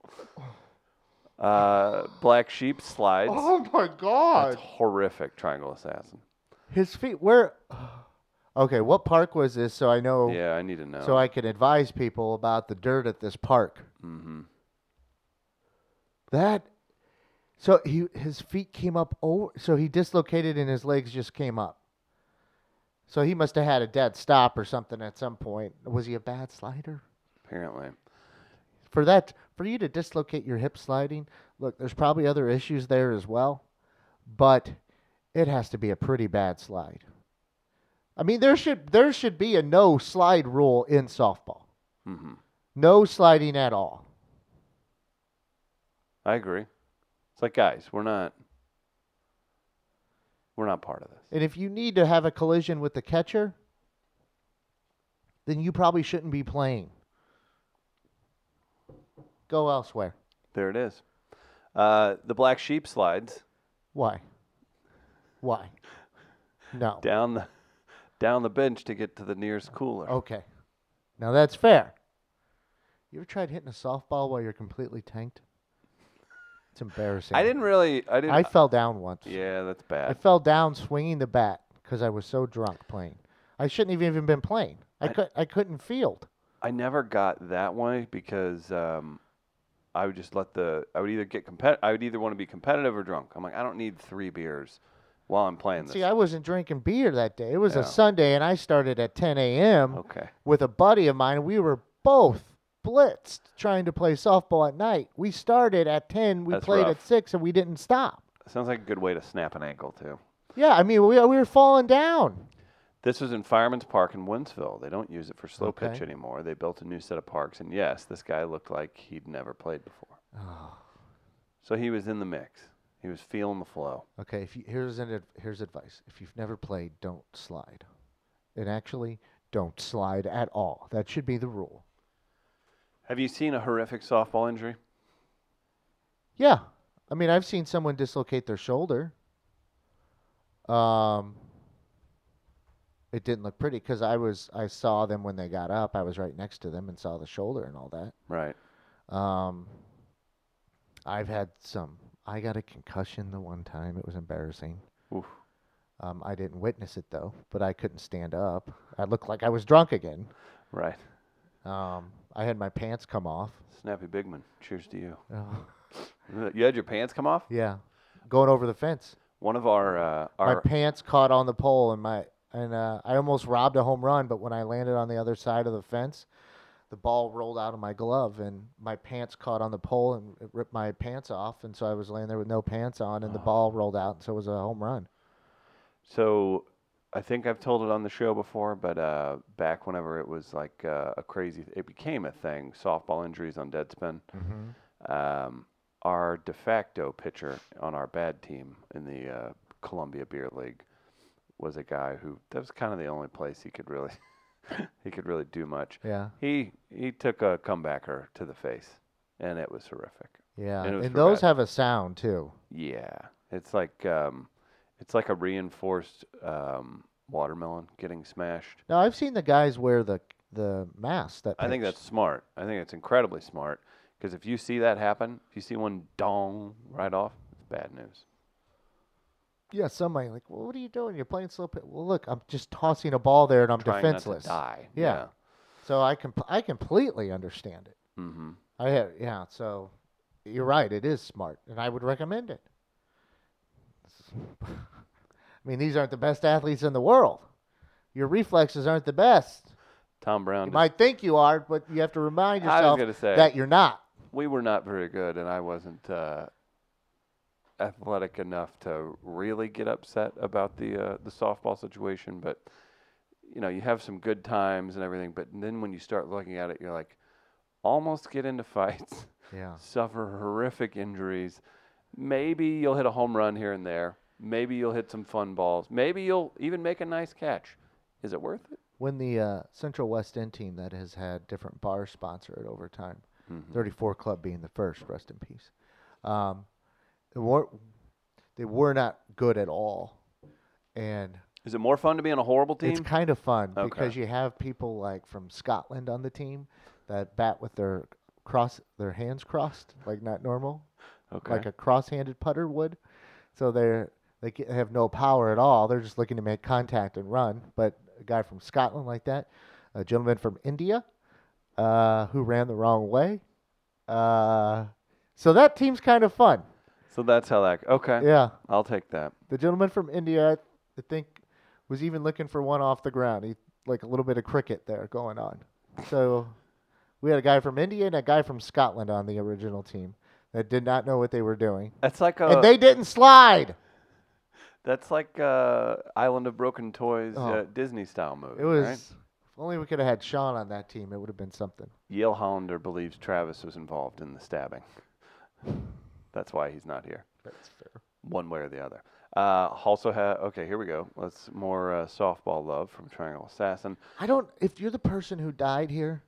A: Uh, black sheep slides.
B: Oh my
A: That's
B: god!
A: horrific. Triangle assassin.
B: His feet. Where? Okay, what park was this? So I know.
A: Yeah, I need to know.
B: Oh. So I can advise people about the dirt at this park.
A: mm-hmm.
B: That. So he his feet came up over. So he dislocated and his legs just came up. So he must have had a dead stop or something at some point. Was he a bad slider?
A: Apparently.
B: For that, for you to dislocate your hip sliding, look, there's probably other issues there as well, but it has to be a pretty bad slide. I mean, there should there should be a no slide rule in softball.
A: Mm-hmm.
B: No sliding at all.
A: I agree. It's like guys, we're not we're not part of this.
B: And if you need to have a collision with the catcher, then you probably shouldn't be playing. Go elsewhere.
A: There it is. Uh, the black sheep slides
B: Why? Why? No.
A: down the down the bench to get to the nearest cooler.
B: Okay. Now that's fair. You ever tried hitting a softball while you're completely tanked? It's embarrassing.
A: I didn't really I didn't
B: I fell down once.
A: Yeah, that's
B: I
A: bad.
B: fell down swinging the bat because I was so drunk playing. I shouldn't have even been playing. I,
A: I-
B: could I couldn't field.
A: I never got that way because um, I would just let the I would either get compet I would either want to be competitive or drunk. I'm like I don't need three beers while I'm playing this.
B: See, I wasn't drinking beer that day. It was
A: Yeah. Oh.
B: a Sunday, and I started at 10 a.m.
A: okay.
B: with a buddy of mine. We were both blitzed trying to play softball at night. We started at 10, we
A: That's
B: played
A: rough.
B: at 6, and we didn't stop.
A: Sounds like a good way to snap an ankle too.
B: Yeah, I mean, we, we were falling down.
A: This was in Fireman's Park in Winsville. They don't use it for slow pitch
B: Okay.
A: anymore. They built a new set of parks, and yes, this guy looked like he'd never played before.
B: Oh,
A: So he was in the mix. He was feeling the flow.
B: Okay, if you, here's an ad, here's advice. If you've never played, don't slide. And actually, don't slide at all. That should be the rule.
A: Have you seen a horrific softball injury?
B: Yeah. I mean, I've seen someone dislocate their shoulder. Um it didn't look pretty cuz I was I saw them when they got up. I was right next to them and saw the shoulder and all that.
A: Right.
B: Um, I've had some. I got a concussion the one time. It was embarrassing.
A: Oof.
B: Um, I didn't witness it though, but I couldn't stand up. I looked like I was drunk again.
A: Right.
B: Um, I had my pants come off.
A: Snappy Bigman. Cheers to you.
B: Oh,
A: You had your pants come off?
B: yeah, going over the fence.
A: One of our uh,
B: my
A: our
B: pants caught on the pole and my and uh, I almost robbed a home run, but when I landed on the other side of the fence, the ball rolled out of my glove and my pants caught on the pole and it ripped my pants off, and so I was laying there with no pants on, and the ball rolled out, and so it was a home run.
A: So I think I've told it on the show before, but uh, back whenever it was like uh, a crazy, it became a thing. Softball injuries on Deadspin. Um, our de facto pitcher on our bad team in the uh, Columbia Beer League was a guy who that was kind of the only place he could really he could really do much.
B: Yeah,
A: He he took a comebacker to the face, and it was horrific.
B: yeah,
A: And it
B: and,
A: was for
B: those
A: bad.
B: have a sound too.
A: Yeah, it's like um, it's like a reinforced um, watermelon getting smashed.
B: Now I've seen the guys wear the the mask. That
A: I think
B: pitch.
A: that's smart. I think it's incredibly smart because if you see that happen, if you see one dong right off, it's bad news.
B: yeah. Somebody like, well, what are you doing? You're playing slow pitch. Well, look, I'm just tossing a ball there and I'm
A: Trying
B: defenseless.
A: not to die.
B: Yeah. So I can I completely understand it.
A: Mm-hmm.
B: I have, yeah. So you're right. It is smart, and I would recommend it. I mean, these aren't the best athletes in the world. Your reflexes aren't the best.
A: Tom Brown.
B: You
A: just-
B: might think you are, but you have to remind
A: I was
B: yourself
A: gonna say.
B: that you're not.
A: we were not very good, and I wasn't uh, athletic enough to really get upset about the uh, the softball situation. But you know, you have some good times and everything. But then when you start looking at it, you're like, almost get into fights,
B: Yeah.
A: suffer horrific injuries. Maybe you'll hit a home run here and there. Maybe you'll hit some fun balls. Maybe you'll even make a nice catch. Is it worth it?
B: When the uh, Central West End team that has had different bars sponsor it over time,
A: Mm-hmm.
B: 34 Club being the first, rest in peace. Um, they were they were not good at all, and
A: Is it more fun to be on a horrible team?
B: It's kind of fun
A: Okay.
B: because you have people like from Scotland on the team that bat with their cross their hands crossed, like not normal,
A: okay.
B: like a cross-handed putter would. So they're they ca- have no power at all. They're just looking to make contact and run. But a guy from Scotland like that, a gentleman from India, uh, who ran the wrong way. Uh, so that team's kind of fun.
A: so that's how that. Okay.
B: Yeah.
A: I'll take that.
B: The gentleman from India, I think, was even looking for one off the ground. He like a little bit of cricket there going on. So we had a guy from India and a guy from Scotland on the original team that did not know what they were doing,
A: That's like a.
B: and they didn't slide.
A: That's like uh, Island of Broken Toys
B: Oh.
A: uh, Disney style movie.
B: It was.
A: Right?
B: If only we could have had Sean on that team, it would have been something.
A: Yale Hollander believes Travis was involved in the stabbing. That's why he's not here,
B: That's fair.
A: one way or the other. Uh, also, ha- okay, here we go. Let's more uh, softball love from Triangle Assassin.
B: I don't. If you're the person who died here,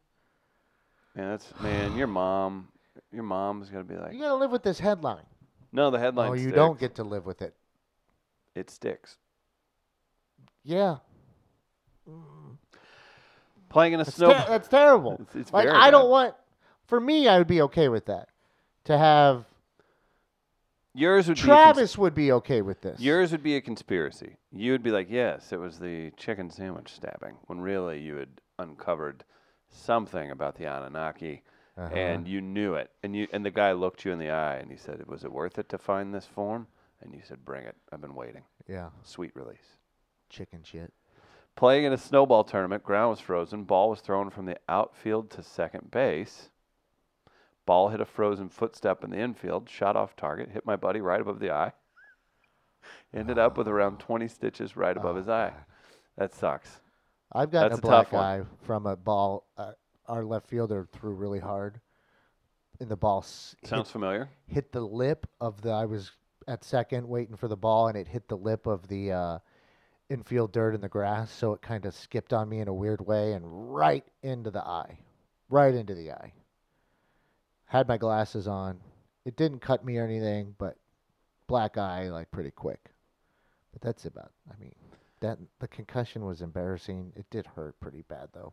A: Man, that's man, your mom, your mom's gonna be like,
B: you gotta live with this headline.
A: no, the headline.
B: oh, you
A: sticks.
B: don't get to live with it.
A: it sticks.
B: Yeah,
A: Playing in a
B: That's,
A: snow.
B: ter- that's terrible.
A: It's- it's
B: like
A: very
B: I
A: bad.
B: don't want. For me, I would be okay with that. To have
A: Yours would be a
B: Travis would be okay with this.
A: cons- yours would be a conspiracy. You would be like, yes, it was the chicken sandwich stabbing, when really you had uncovered something about the Anunnaki.
B: Uh-huh.
A: and you knew it and you and the guy looked you in the eye and he said was it worth it to find this form and you said bring it i've been waiting
B: yeah,
A: sweet release
B: chicken shit.
A: playing in a snowball tournament ground was frozen ball was thrown from the outfield to second base ball hit a frozen footstep in the infield shot off target hit my buddy right above the eye ended up with around 20 stitches right above
B: Oh,
A: his eye that sucks
B: I've gotten
A: That's
B: a
A: a tough
B: black eye from a ball. Uh, our left fielder threw really hard, and the ball s- hit,
A: sounds familiar
B: hit the lip of the. I was at second waiting for the ball, and it hit the lip of the uh, infield dirt in the grass, so it kind of skipped on me in a weird way and right into the eye, right into the eye. Had my glasses on. It didn't cut me or anything, but black eye like pretty quick. But that's about. I mean, that the concussion was embarrassing. It did hurt pretty bad though.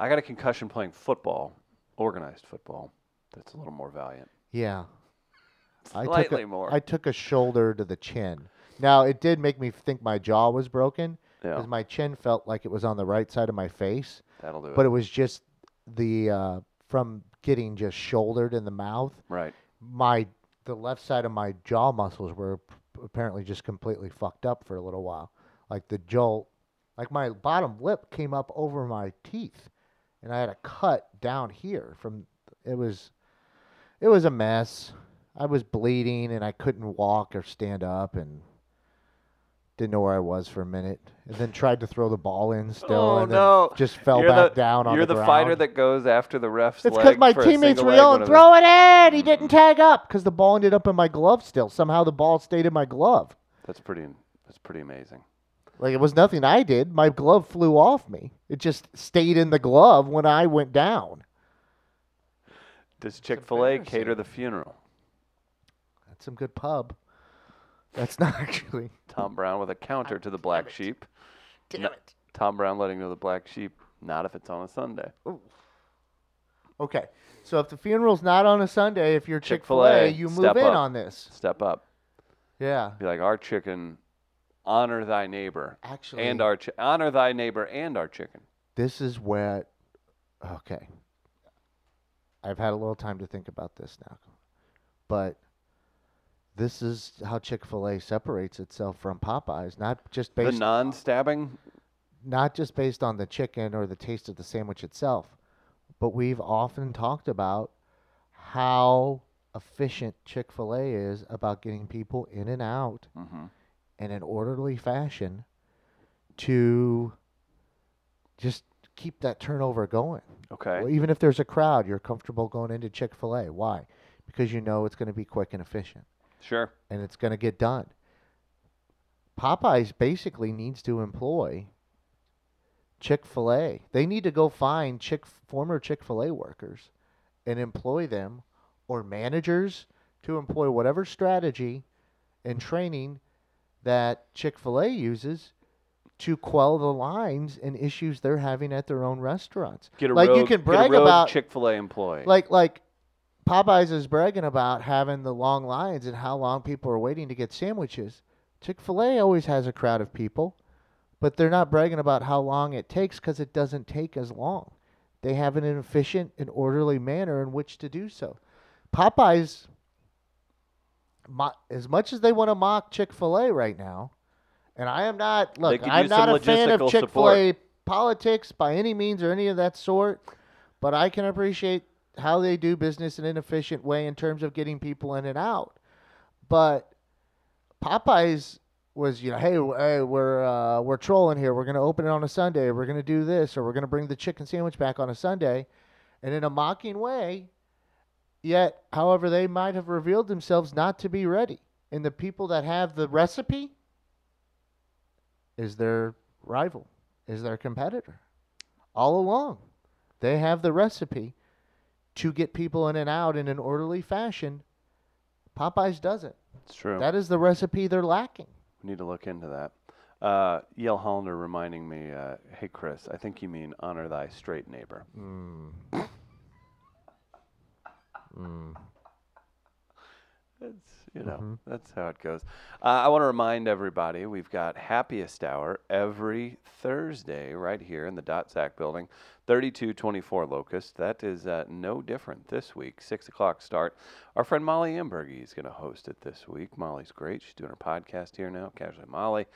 A: i got a concussion playing football organized football that's a little more valiant
B: Yeah. I took
A: Slightly
B: a,
A: more.
B: I took a shoulder to the chin. Now it did make me think my jaw was broken
A: yeah
B: because my chin felt like it was on the right side of my face,
A: that'll do it
B: but it was just the uh, from getting just shouldered in the mouth.
A: Right.
B: My the left side of my jaw muscles were p- apparently just completely fucked up for a little while. Like the jolt, like my bottom lip came up over my teeth, and I had a cut down here from it was, it was a mess. I was bleeding and I couldn't walk or stand up and didn't know where I was for a minute, and then tried to throw the ball in still,
A: Oh,
B: and then
A: no.
B: just fell
A: You're
B: back
A: the,
B: down on
A: You're
B: the,
A: the
B: ground.
A: fighter that goes after the ref's
B: It's because
A: leg
B: my
A: for a
B: teammates
A: single
B: were
A: leg,
B: yelling,
A: one of the- Mm-hmm.
B: "Throw it in!" He didn't tag up because the ball ended up in my glove. Still, somehow the ball stayed in my glove.
A: That's pretty. That's pretty amazing.
B: Like it was nothing I did. My glove flew off me. It just stayed in the glove when I went down.
A: Does Chick Fil A cater the funeral?
B: That's some good pub. That's not actually.
A: Tom Brown with a counter to the black sheep.
C: Damn
A: No-
C: it.
A: Tom Brown letting know the black sheep. Not if it's on a Sunday.
B: Okay, so if the funeral's not on a Sunday, if you're Chick Fil A,
A: Chick-fil-A,
B: you move
A: step
B: in
A: up.
B: on this.
A: Step up.
B: Yeah,
A: Be like our chicken. Honor thy neighbor
B: actually,
A: and our chi- honor thy neighbor and our chicken.
B: this is where. Okay, I've had a little time to think about this now, but this is how Chick Fil A separates itself from Popeyes, not just
A: The
B: based
A: non-stabbing.
B: not just based on the chicken or the taste of the sandwich itself, but we've often talked about how efficient Chick fil A is about getting people in and out
A: Mhm.
B: in an orderly fashion to just keep that turnover going.
A: Okay.
B: Even if there's a crowd, you're comfortable going into Chick fil A. Why? Because you know it's going to be quick and efficient
A: Sure.
B: and it's going to get done. Popeyes basically needs to employ Chick fil A. They need to go find Chick, former Chick fil A workers and employ them or managers to employ whatever strategy and training that Chick fil A uses to quell the lines and issues they're having at their own restaurants.
A: Get a
B: Like, you
A: rogue,
B: can brag about-
A: Chick Fil A employee.
B: Like, like, Popeyes is bragging about having the long lines and how long people are waiting to get sandwiches. Chick fil A always has a crowd of people, but they're not bragging about how long it takes because it doesn't take as long. They have an efficient and orderly manner in which to do so. Popeyes, mo- as much as they want to mock Chick fil A right now, and I am not,
A: They
B: look,
A: could
B: I'm
A: use some
B: not a fan of
A: logistical
B: Chick fil A politics by any means or any of that sort, but I can appreciate how they do business in an efficient way in terms of getting people in and out. But Popeyes was, you know, hey, w- hey we're uh, we're trolling here. We're gonna open it on a Sunday. We're gonna do this, or we're gonna bring the chicken sandwich back on a Sunday, and in a mocking way. Yet, however, they might have revealed themselves not to be ready. And the people that have the recipe is their rival, is their competitor. All along, they have the recipe to get people in and out in an orderly fashion. Popeyes doesn't.
A: it's true.
B: That is the recipe they're lacking.
A: We need to look into that. Uh, Yale Hollander reminding me, uh, hey Chris, I think you mean honor thy straight neighbor. That's you know that's how it goes. Uh, I want to remind everybody we've got happiest hour every Thursday right here in the Dot Sack Building, 3224 Locust. That is uh, no different this week. Six o'clock start. Our friend Molly Ambergy is going to host it this week. Molly's great. She's doing her podcast here now. Casually Molly,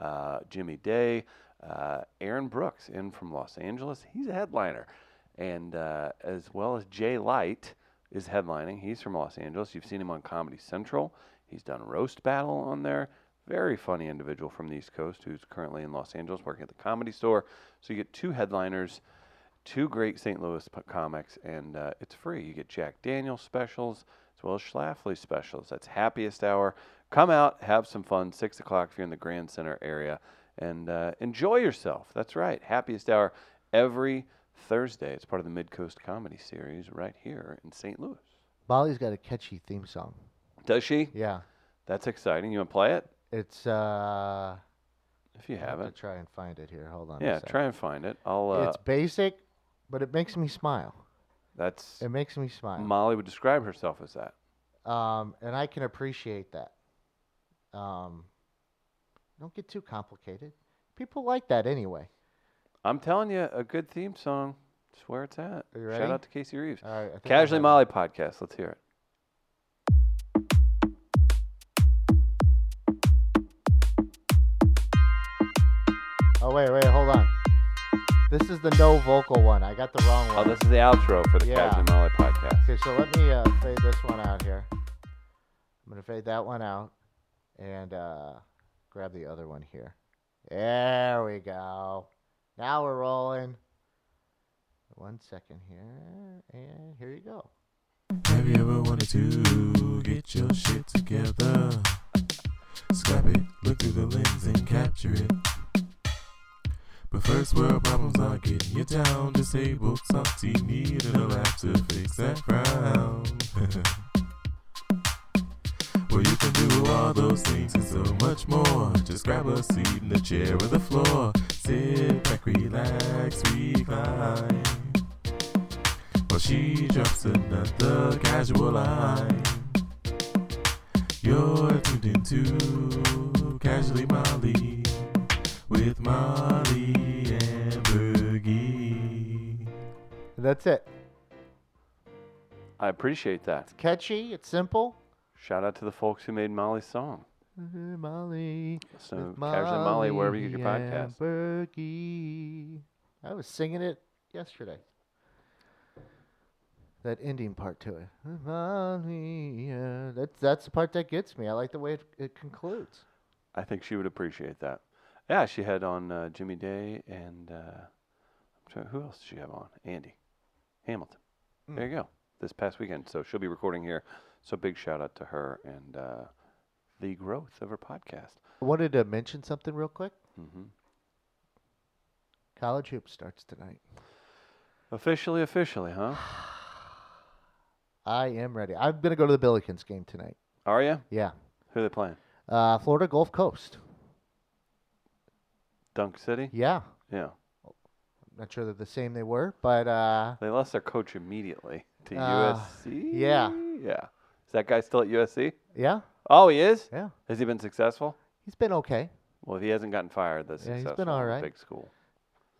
A: uh, Jimmy Day, uh, Aaron Brooks in from Los Angeles. He's a headliner, and uh, as well as Jay Light is headlining. He's from Los Angeles. You've seen him on Comedy Central. He's done Roast Battle on there. Very funny individual from the East Coast who's currently in Los Angeles working at the Comedy Store. So you get two headliners, two great St. Louis p- comics, and uh, it's free. You get Jack Daniels specials as well as Schlafly specials. That's happiest hour. Come out, have some fun. Six o'clock if you're in the Grand Center area, and uh, enjoy yourself. That's right. Happiest hour every Thursday. It's part of the Mid Coast Comedy Series right here in St. Louis.
B: Molly's got a catchy theme song.
A: Does she?
B: Yeah.
A: That's exciting. You want to play it
B: It's, uh, I
A: if you
B: have to
A: haven't?
B: try and find it here. Hold on. a
A: Yeah,
B: sec.
A: try and find it. I'll. Uh,
B: It's basic, but it makes me smile.
A: that's
B: It makes me smile.
A: Molly would describe herself as that.
B: um, and I can appreciate that. Um, don't get too complicated. People like that anyway.
A: I'm telling you, a good theme song. It's where it's at.
B: Are you
A: Shout
B: ready?
A: out to Casey Reeves.
B: All right, I think I
A: Casually
B: have it.
A: Molly podcast. Let's hear it.
B: Oh wait, wait, hold on. This is the no vocal one. I got the wrong
A: Oh,
B: one.
A: this is the outro for the
B: Yeah.
A: Cavs and Molly podcast.
B: Okay, so let me uh, fade this one out here. I'm gonna fade that one out and uh, grab the other one here. There we go. Now we're rolling. One second here, and here you go.
C: Have you ever wanted to get your shit together? Scrap it, look through the lens and capture it. But first world problems are getting you down. Disabled, salty, need a laugh to fix that frown. well, you can do all those things and so much more. Just grab a seat in the chair or the floor. Sit back, relax, recline. But she drops another casual line. You're tuned into Casually Molly with Molly and Bergie.
B: That's it.
A: I appreciate that.
B: It's catchy. It's simple.
A: Shout out to the folks who made Molly's song.
B: Molly.
A: So, Cavs and Molly, wherever you get your podcast.
B: podcast. I was singing it yesterday. That ending part to it. Molly, uh, that's that's the part that gets me. I like the way it, it concludes.
A: I think she would appreciate that. Yeah, she had on uh, Jimmy Day and uh, I'm trying, who else did she have on? Andy Hamilton. There
B: Hmm.
A: you go. This past weekend, so she'll be recording here. So big shout out to her and uh, the growth of her podcast.
B: I wanted to mention something real quick.
A: hmm
B: College hoops starts tonight.
A: Officially, officially, huh?
B: I am ready. I'm gonna go to the Billikens game tonight.
A: Are you?
B: Yeah,
A: Who they playing?
B: uh, Florida Gulf Coast.
A: Dunk City.
B: Yeah,
A: Yeah,
B: not sure they're the same they were, but uh,
A: they lost their coach immediately to
B: Ah,
A: USC.
B: yeah.
A: yeah. Is that guy still at USC?
B: yeah,
A: Oh, he is.
B: yeah,
A: Has he been successful?
B: he's been okay.
A: Well, if he hasn't gotten fired, that's
B: Yeah, he's been
A: successful
B: all
A: in a
B: right.
A: Big school.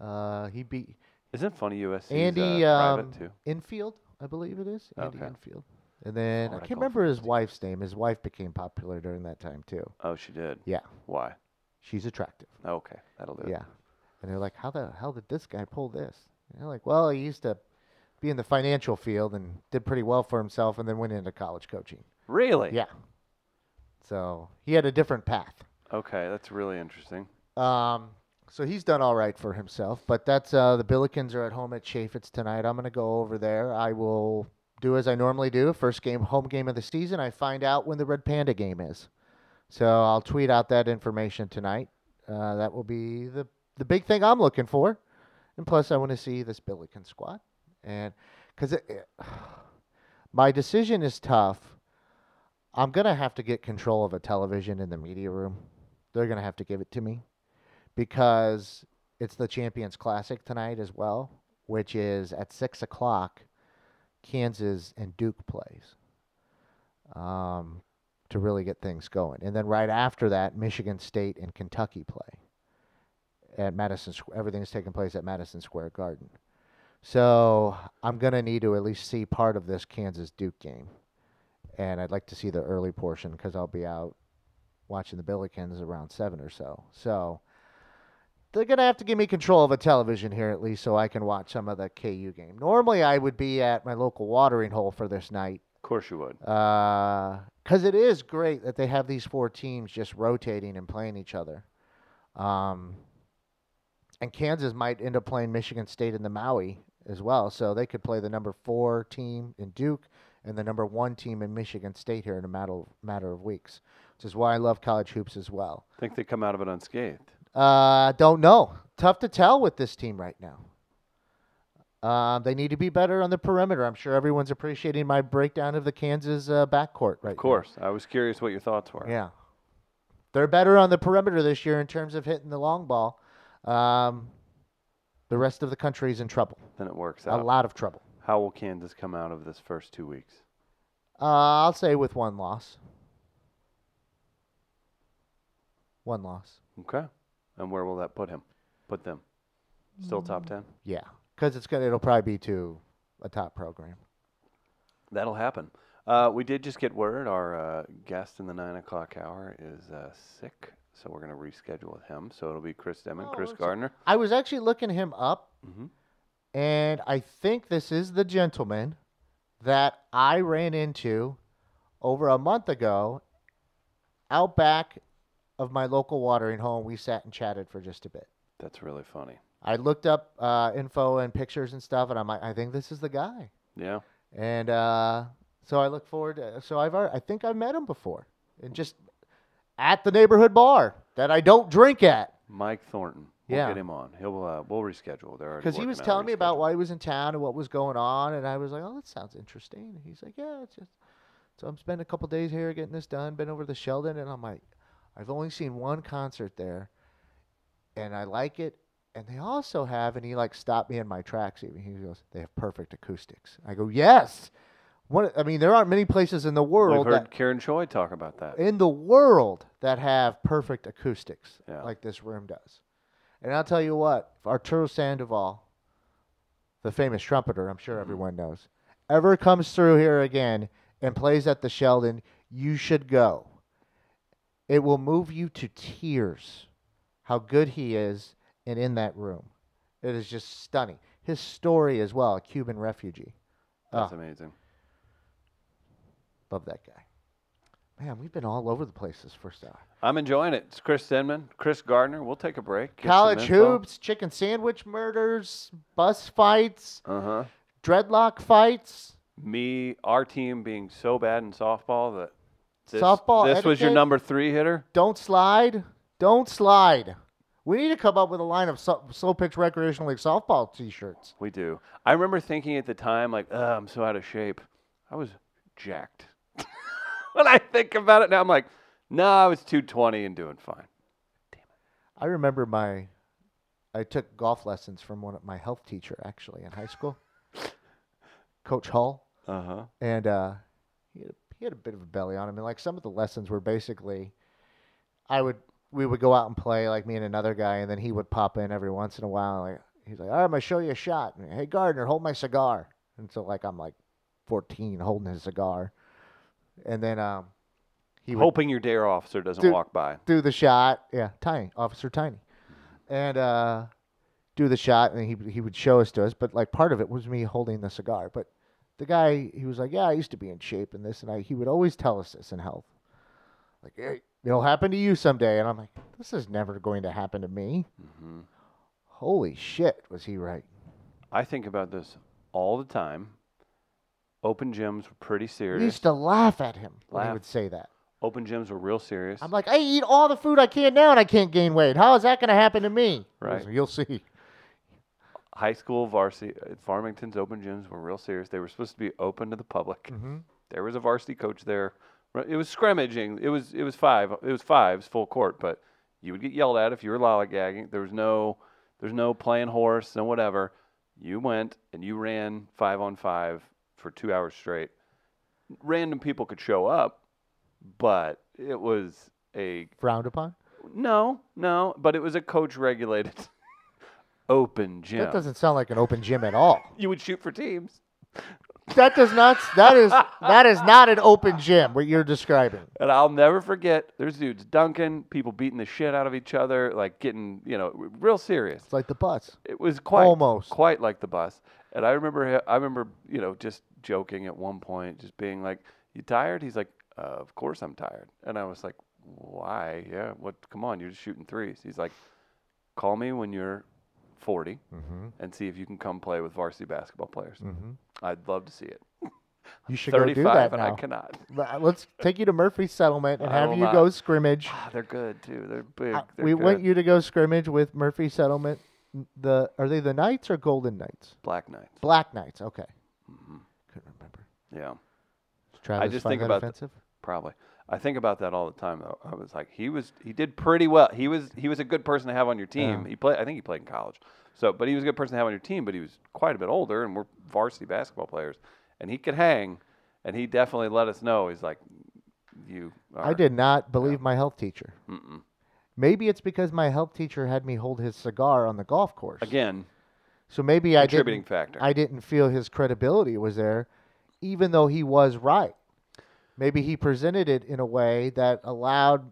B: Uh, he beat
A: Isn't it funny USC?
B: Andy
A: uh,
B: um,
A: private too.
B: Infield, I believe it is. Andy
A: Okay. Oh,
B: Infield. And then I
A: Florida
B: can't
A: Gulf
B: remember his wife's name. His wife became popular during that time too.
A: Oh, she did.
B: Yeah,
A: Why?
B: she's attractive.
A: Okay, that'll do. it.
B: Yeah, and they're like, how the hell did this guy pull this? And they're like, well, he used to be in the financial field and did pretty well for himself, and then went into college coaching.
A: Really?
B: Yeah, so he had a different path.
A: Okay, that's really interesting.
B: Um, so he's done all right for himself, but that's uh, the Billikens are at home at Chaffetz tonight. I'm going to go over there. I will do as I normally do. First game, home game of the season. I find out when the Red Panda game is, so I'll tweet out that information tonight. Uh, that will be the the big thing I'm looking for, and plus I want to see this Billiken squad, and because it, it- my decision is tough. I'm gonna have to get control of a television in the media room. They're gonna have to give it to me because it's the Champions Classic tonight as well, which is at six o'clock. Kansas and Duke plays um, to really get things going, and then right after that, Michigan State and Kentucky play at Madison. Squ- Everything's taking place at Madison Square Garden, so I'm gonna need to at least see part of this Kansas Duke game, and I'd like to see the early portion because I'll be out watching the Billikens around seven or so. So they're gonna have to give me control of a television here at least so I can watch some of the KU game. Normally I would be at my local watering hole for this night
A: Of course you would.
B: because it is great that they have these four teams just rotating and playing each other. Um, and Kansas might end up playing Michigan State in the Maui as well, so they could play the number four team in Duke and the number one team in Michigan State here in a matter of, matter of weeks, which is why I love college hoops as well.
A: Think they come out of it unscathed.
B: Uh, don't know. Tough to tell with this team right now. Um, they need to be better on the perimeter. I'm sure everyone's appreciating my breakdown of the Kansas uh, backcourt right
A: Of course. I was curious what your thoughts were.
B: now. Yeah. They're better on the perimeter this year in terms of hitting the long ball. Um, the rest of the country is in trouble,
A: Then it works
B: a
A: out.
B: lot of trouble.
A: How will Kansas come out of this first two weeks?
B: Uh, I'll say with one loss. One loss.
A: Okay. And where will that put him? Put them. Still
B: Mm.
A: top 10?
B: Yeah. Because it's gonna, it'll probably be to a top program.
A: That'll happen. Uh, we did just get word our uh, guest in the 9 o'clock hour is uh, sick so we're going to reschedule with him. So it'll be Chris Demon,
B: Oh,
A: Chris
B: that's-
A: Gardner.
B: I was actually looking him up,
A: Mhm.
B: and I think this is the gentleman that I ran into over a month ago out back of my local watering hole. and We sat and chatted for just a bit.
A: That's really funny.
B: I looked up uh, info and pictures and stuff, and I'm like, I think this is the guy.
A: Yeah.
B: And uh, so I look forward. To, so I've alre- I think I've met him before, and just at the neighborhood bar that I don't drink at.
A: Mike Thornton. We'll
B: Yeah.
A: get him on. He'll uh, we'll reschedule. They're already
B: Because he
A: working
B: was
A: out a
B: telling me
A: reschedule.
B: about why he was in town and what was going on, and I was like, "Oh, that sounds interesting." And he's like, "Yeah, it's just." So I'm spending a couple days here getting this done. Been over to Sheldon, and I'm like, "I've only seen one concert there, and I like it." And they also have, and he like stopped me in my tracks. Even he goes, "They have perfect acoustics." I go, "Yes." What I mean, there aren't many places in the world
A: We've heard
B: that
A: Karen Choi talk about that.
B: in the world that have perfect acoustics
A: Yeah.
B: like this room does. And I'll tell you what, if Arturo Sandoval, the famous trumpeter, I'm
A: Mm-hmm.
B: sure everyone knows, ever comes through here again and plays at the Sheldon, you should go. It will move you to tears how good he is and in that room. It is just stunning. His story as well, a Cuban refugee.
A: That's
B: Oh.
A: amazing.
B: Love that guy. Man, we've been all over the place this first hour.
A: I'm enjoying it. It's Chris Denman, Chris Gardner. We'll take a break. get some
B: College
A: info.
B: hoops, chicken sandwich murders, bus fights,
A: Uh huh.
B: dreadlock fights.
A: Me, our team being so bad in softball that this,
B: Softball
A: This was your
B: etiquette?
A: number three hitter.
B: Don't slide. Don't slide. We need to come up with a line of so- slow pitch recreational league softball t-shirts.
A: We do. I remember thinking at the time, like, Ugh, I'm so out of shape. I was jacked. when I think about it now, I'm like, no, I was 220 and doing fine.
B: I remember my I took golf lessons from one of my health teacher actually in high school. Coach Hull.
A: Uh huh.
B: and uh, he had a, he had a bit of a belly on him. And like some of the lessons were basically, I would we would go out and play like me and another guy, and then he would pop in every once in a while. Like he's like, "All right, I'm gonna show you a shot." And, hey Gardner, hold my cigar. And so like I'm like 14 holding his cigar, and then um, he would
A: Hoping your dare officer doesn't
B: Dude.
A: walk by.
B: do the shot. Yeah, Tiny Officer Tiny, and uh, do the shot, and he he would show us to us. But like part of it was me holding the cigar. But the guy, he was like, "Yeah, I used to be in shape and this," and I, he would always tell us this in health, like, "Hey, it'll happen to you someday." And I'm like, "This is never going to happen to me."
A: hmm
B: Holy shit, was he right?
A: I think about this all the time. Open gyms were pretty serious.
B: We used to laugh at him when he
A: Laugh.
B: would say that.
A: Open gyms were real serious.
B: I'm like, I eat all the food I can now, and I can't gain weight. How is that going to happen to me? He goes,
A: Right.
B: You'll see.
A: High school varsity, uh, Farmington's open gyms were real serious. They were supposed to be open to the public.
B: Mm-hmm.
A: There was a varsity coach there. Ri- It was scrimmaging. It was it was five. It was fives full court, but you would get yelled at if you were lollygagging. There was no there's no playing horse, no whatever. You went and you ran five on five for two hours straight. Random people could show up, but it was a
B: Frowned upon.
A: no, no, but it was a coach regulated open gym.
B: That doesn't sound like an open gym at all.
A: you would shoot for teams.
B: That does not. That is that is not an open gym. What you're describing.
A: And I'll never forget there's dudes dunking, people beating the shit out of each other, like getting, you know, r- real serious.
B: It's like the bus.
A: It was quite
B: Almost.
A: quite like the bus. And I remember he- I remember, you know, just joking at one point, just being like, "You tired?" He's like, uh, "Of course I'm tired." And I was like, "Why? Yeah, what? Come on, you're just shooting threes. He's like, "Call me when you're 40
B: Mm-hmm.
A: and see if you can come play with varsity basketball players.
B: Mm-hmm.
A: I'd love to see it."
B: You should go do
A: 35
B: that
A: and
B: now.
A: I cannot.
B: L- Let's take you to Murphy's Settlement and
A: I
B: have
A: will
B: you
A: not.
B: go scrimmage.
A: Ah, they're good too. They're big.
B: Uh,
A: They're
B: we
A: good.
B: want you to go scrimmage with Murphy's Settlement. N- The are they the Knights or Golden Knights?
A: Black Knights.
B: Black Knights. Okay.
A: Mhm.
B: Couldn't remember.
A: Yeah.
B: Does Travis
A: just
B: find
A: think
B: that
A: about the-
B: offensive.
A: Probably. I think about that all the time though. I was like, he was he did pretty well. He was he was a good person to have on your team.
B: Yeah.
A: He played I think he played in college. So but he was a good person to have on your team, but he was quite a bit older and we're varsity basketball players. And he could hang and he definitely let us know. He's like you are
B: I did not believe my health teacher.
A: Mm-mm.
B: Maybe it's because my health teacher had me hold his cigar on the golf course.
A: Again,
B: So maybe I didn't
A: contributing factor.
B: I didn't feel his credibility was there, even though he was right. Maybe he presented it in a way that allowed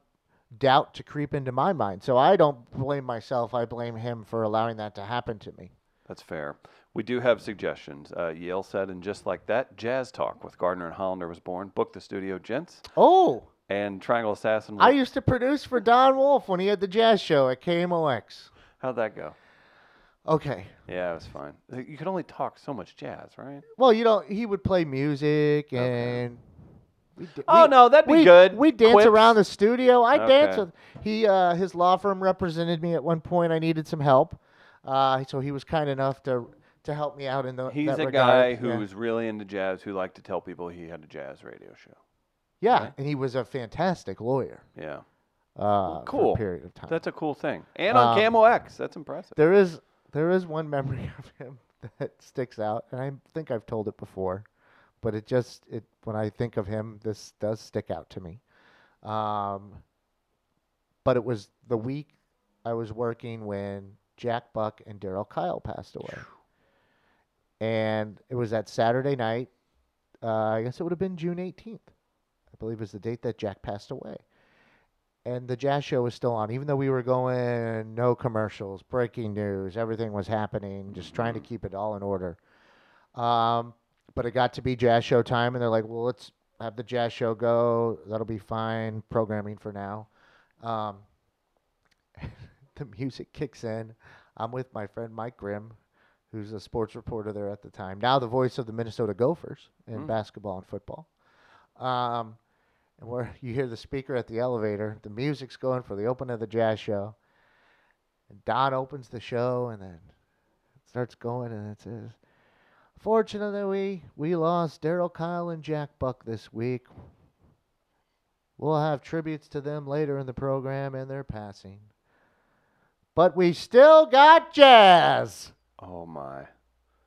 B: doubt to creep into my mind. So I don't blame myself. I blame him for allowing that to happen to me.
A: That's fair. We do have suggestions. Uh, Yale said, and just like that, Jazz Talk with Gardner and Hollander was born. Book the studio, gents.
B: Oh,
A: And Triangle Assassin.
B: I used to produce for Don Wolf when he had the jazz show at KMOX.
A: How'd that go?
B: Okay.
A: Yeah, it was fine. You could only talk so much jazz, right?
B: Well, you know, he would play music
A: Okay.
B: and. we d-
A: oh
B: we-
A: no, that'd be
B: we,
A: good.
B: We dance
A: Quips.
B: around the studio. I dance
A: Okay.
B: with he. Uh, his law firm represented me at one point. I needed some help, uh, so he was kind enough to to help me out in the.
A: He's
B: that
A: a guy
B: regard.
A: who
B: Yeah.
A: was really into jazz, who liked to tell people he had a jazz radio show.
B: Yeah,
A: right?
B: and he was a fantastic lawyer.
A: Yeah,
B: Uh, for
A: cool.
B: a period of time.
A: that's a cool thing. And on
B: Um,
A: Camo X, that's impressive.
B: there is there is one memory of him that sticks out, and I think I've told it before, but it just it when I think of him, this does stick out to me. Um, but it was the week I was working when Jack Buck and Daryl Kyle passed away, and it was that Saturday night. Uh, I guess it would have been June eighteenth, I believe, is the date that Jack passed away and the jazz show was still on, even though we were going no commercials, breaking news, everything was happening, just trying to keep it all in order. Um, but it got to be jazz show time, and they're like, "Well, let's have the jazz show go. That'll be fine programming for now." Um, the music kicks in. I'm with my friend Mike Grimm, who's a sports reporter there at the time. Now the voice of the Minnesota Gophers in
A: Mm.
B: basketball and football. Um, and where you hear the speaker at the elevator, the music's going for the opening of the jazz show. And Don opens the show, and then it starts going, and it says, "Fortunately, we we lost Daryl Kyle and Jack Buck this week. We'll have tributes to them later in the program and their passing, but we still got jazz."
A: Oh my,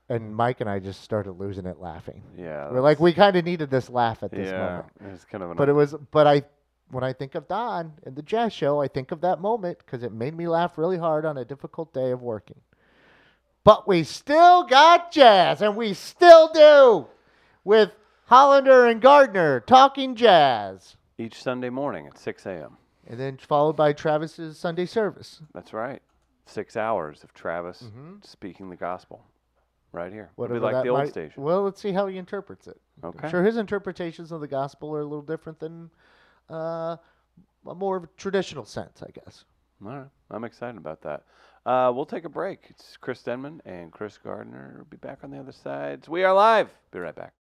B: And Mike and I just started losing it laughing.
A: yeah.
B: We're like, we kind of needed this laugh at this
A: yeah,
B: moment
A: it's kind of an.
B: but uh, it was but i when i think of don and the jazz show i think of that moment because it made me laugh really hard on a difficult day of working but we still got jazz and we still do with hollander and gardner talking jazz
A: each Sunday morning at 6 a.m.
B: and then followed by travis's sunday service
A: That's right. Six hours of Travis
B: Mhm.
A: speaking the gospel, right here. It'll
B: Whatever
A: be like
B: that
A: the old
B: might-
A: station.
B: well let's see how he interprets it
A: Okay.
B: I'm sure his interpretations of the gospel are a little different than uh, a more traditional sense i guess
A: All right. I'm excited about that. Uh, we'll take a break. It's Chris Denman and Chris Gardner. will be back on the other side. We are live. Be right back.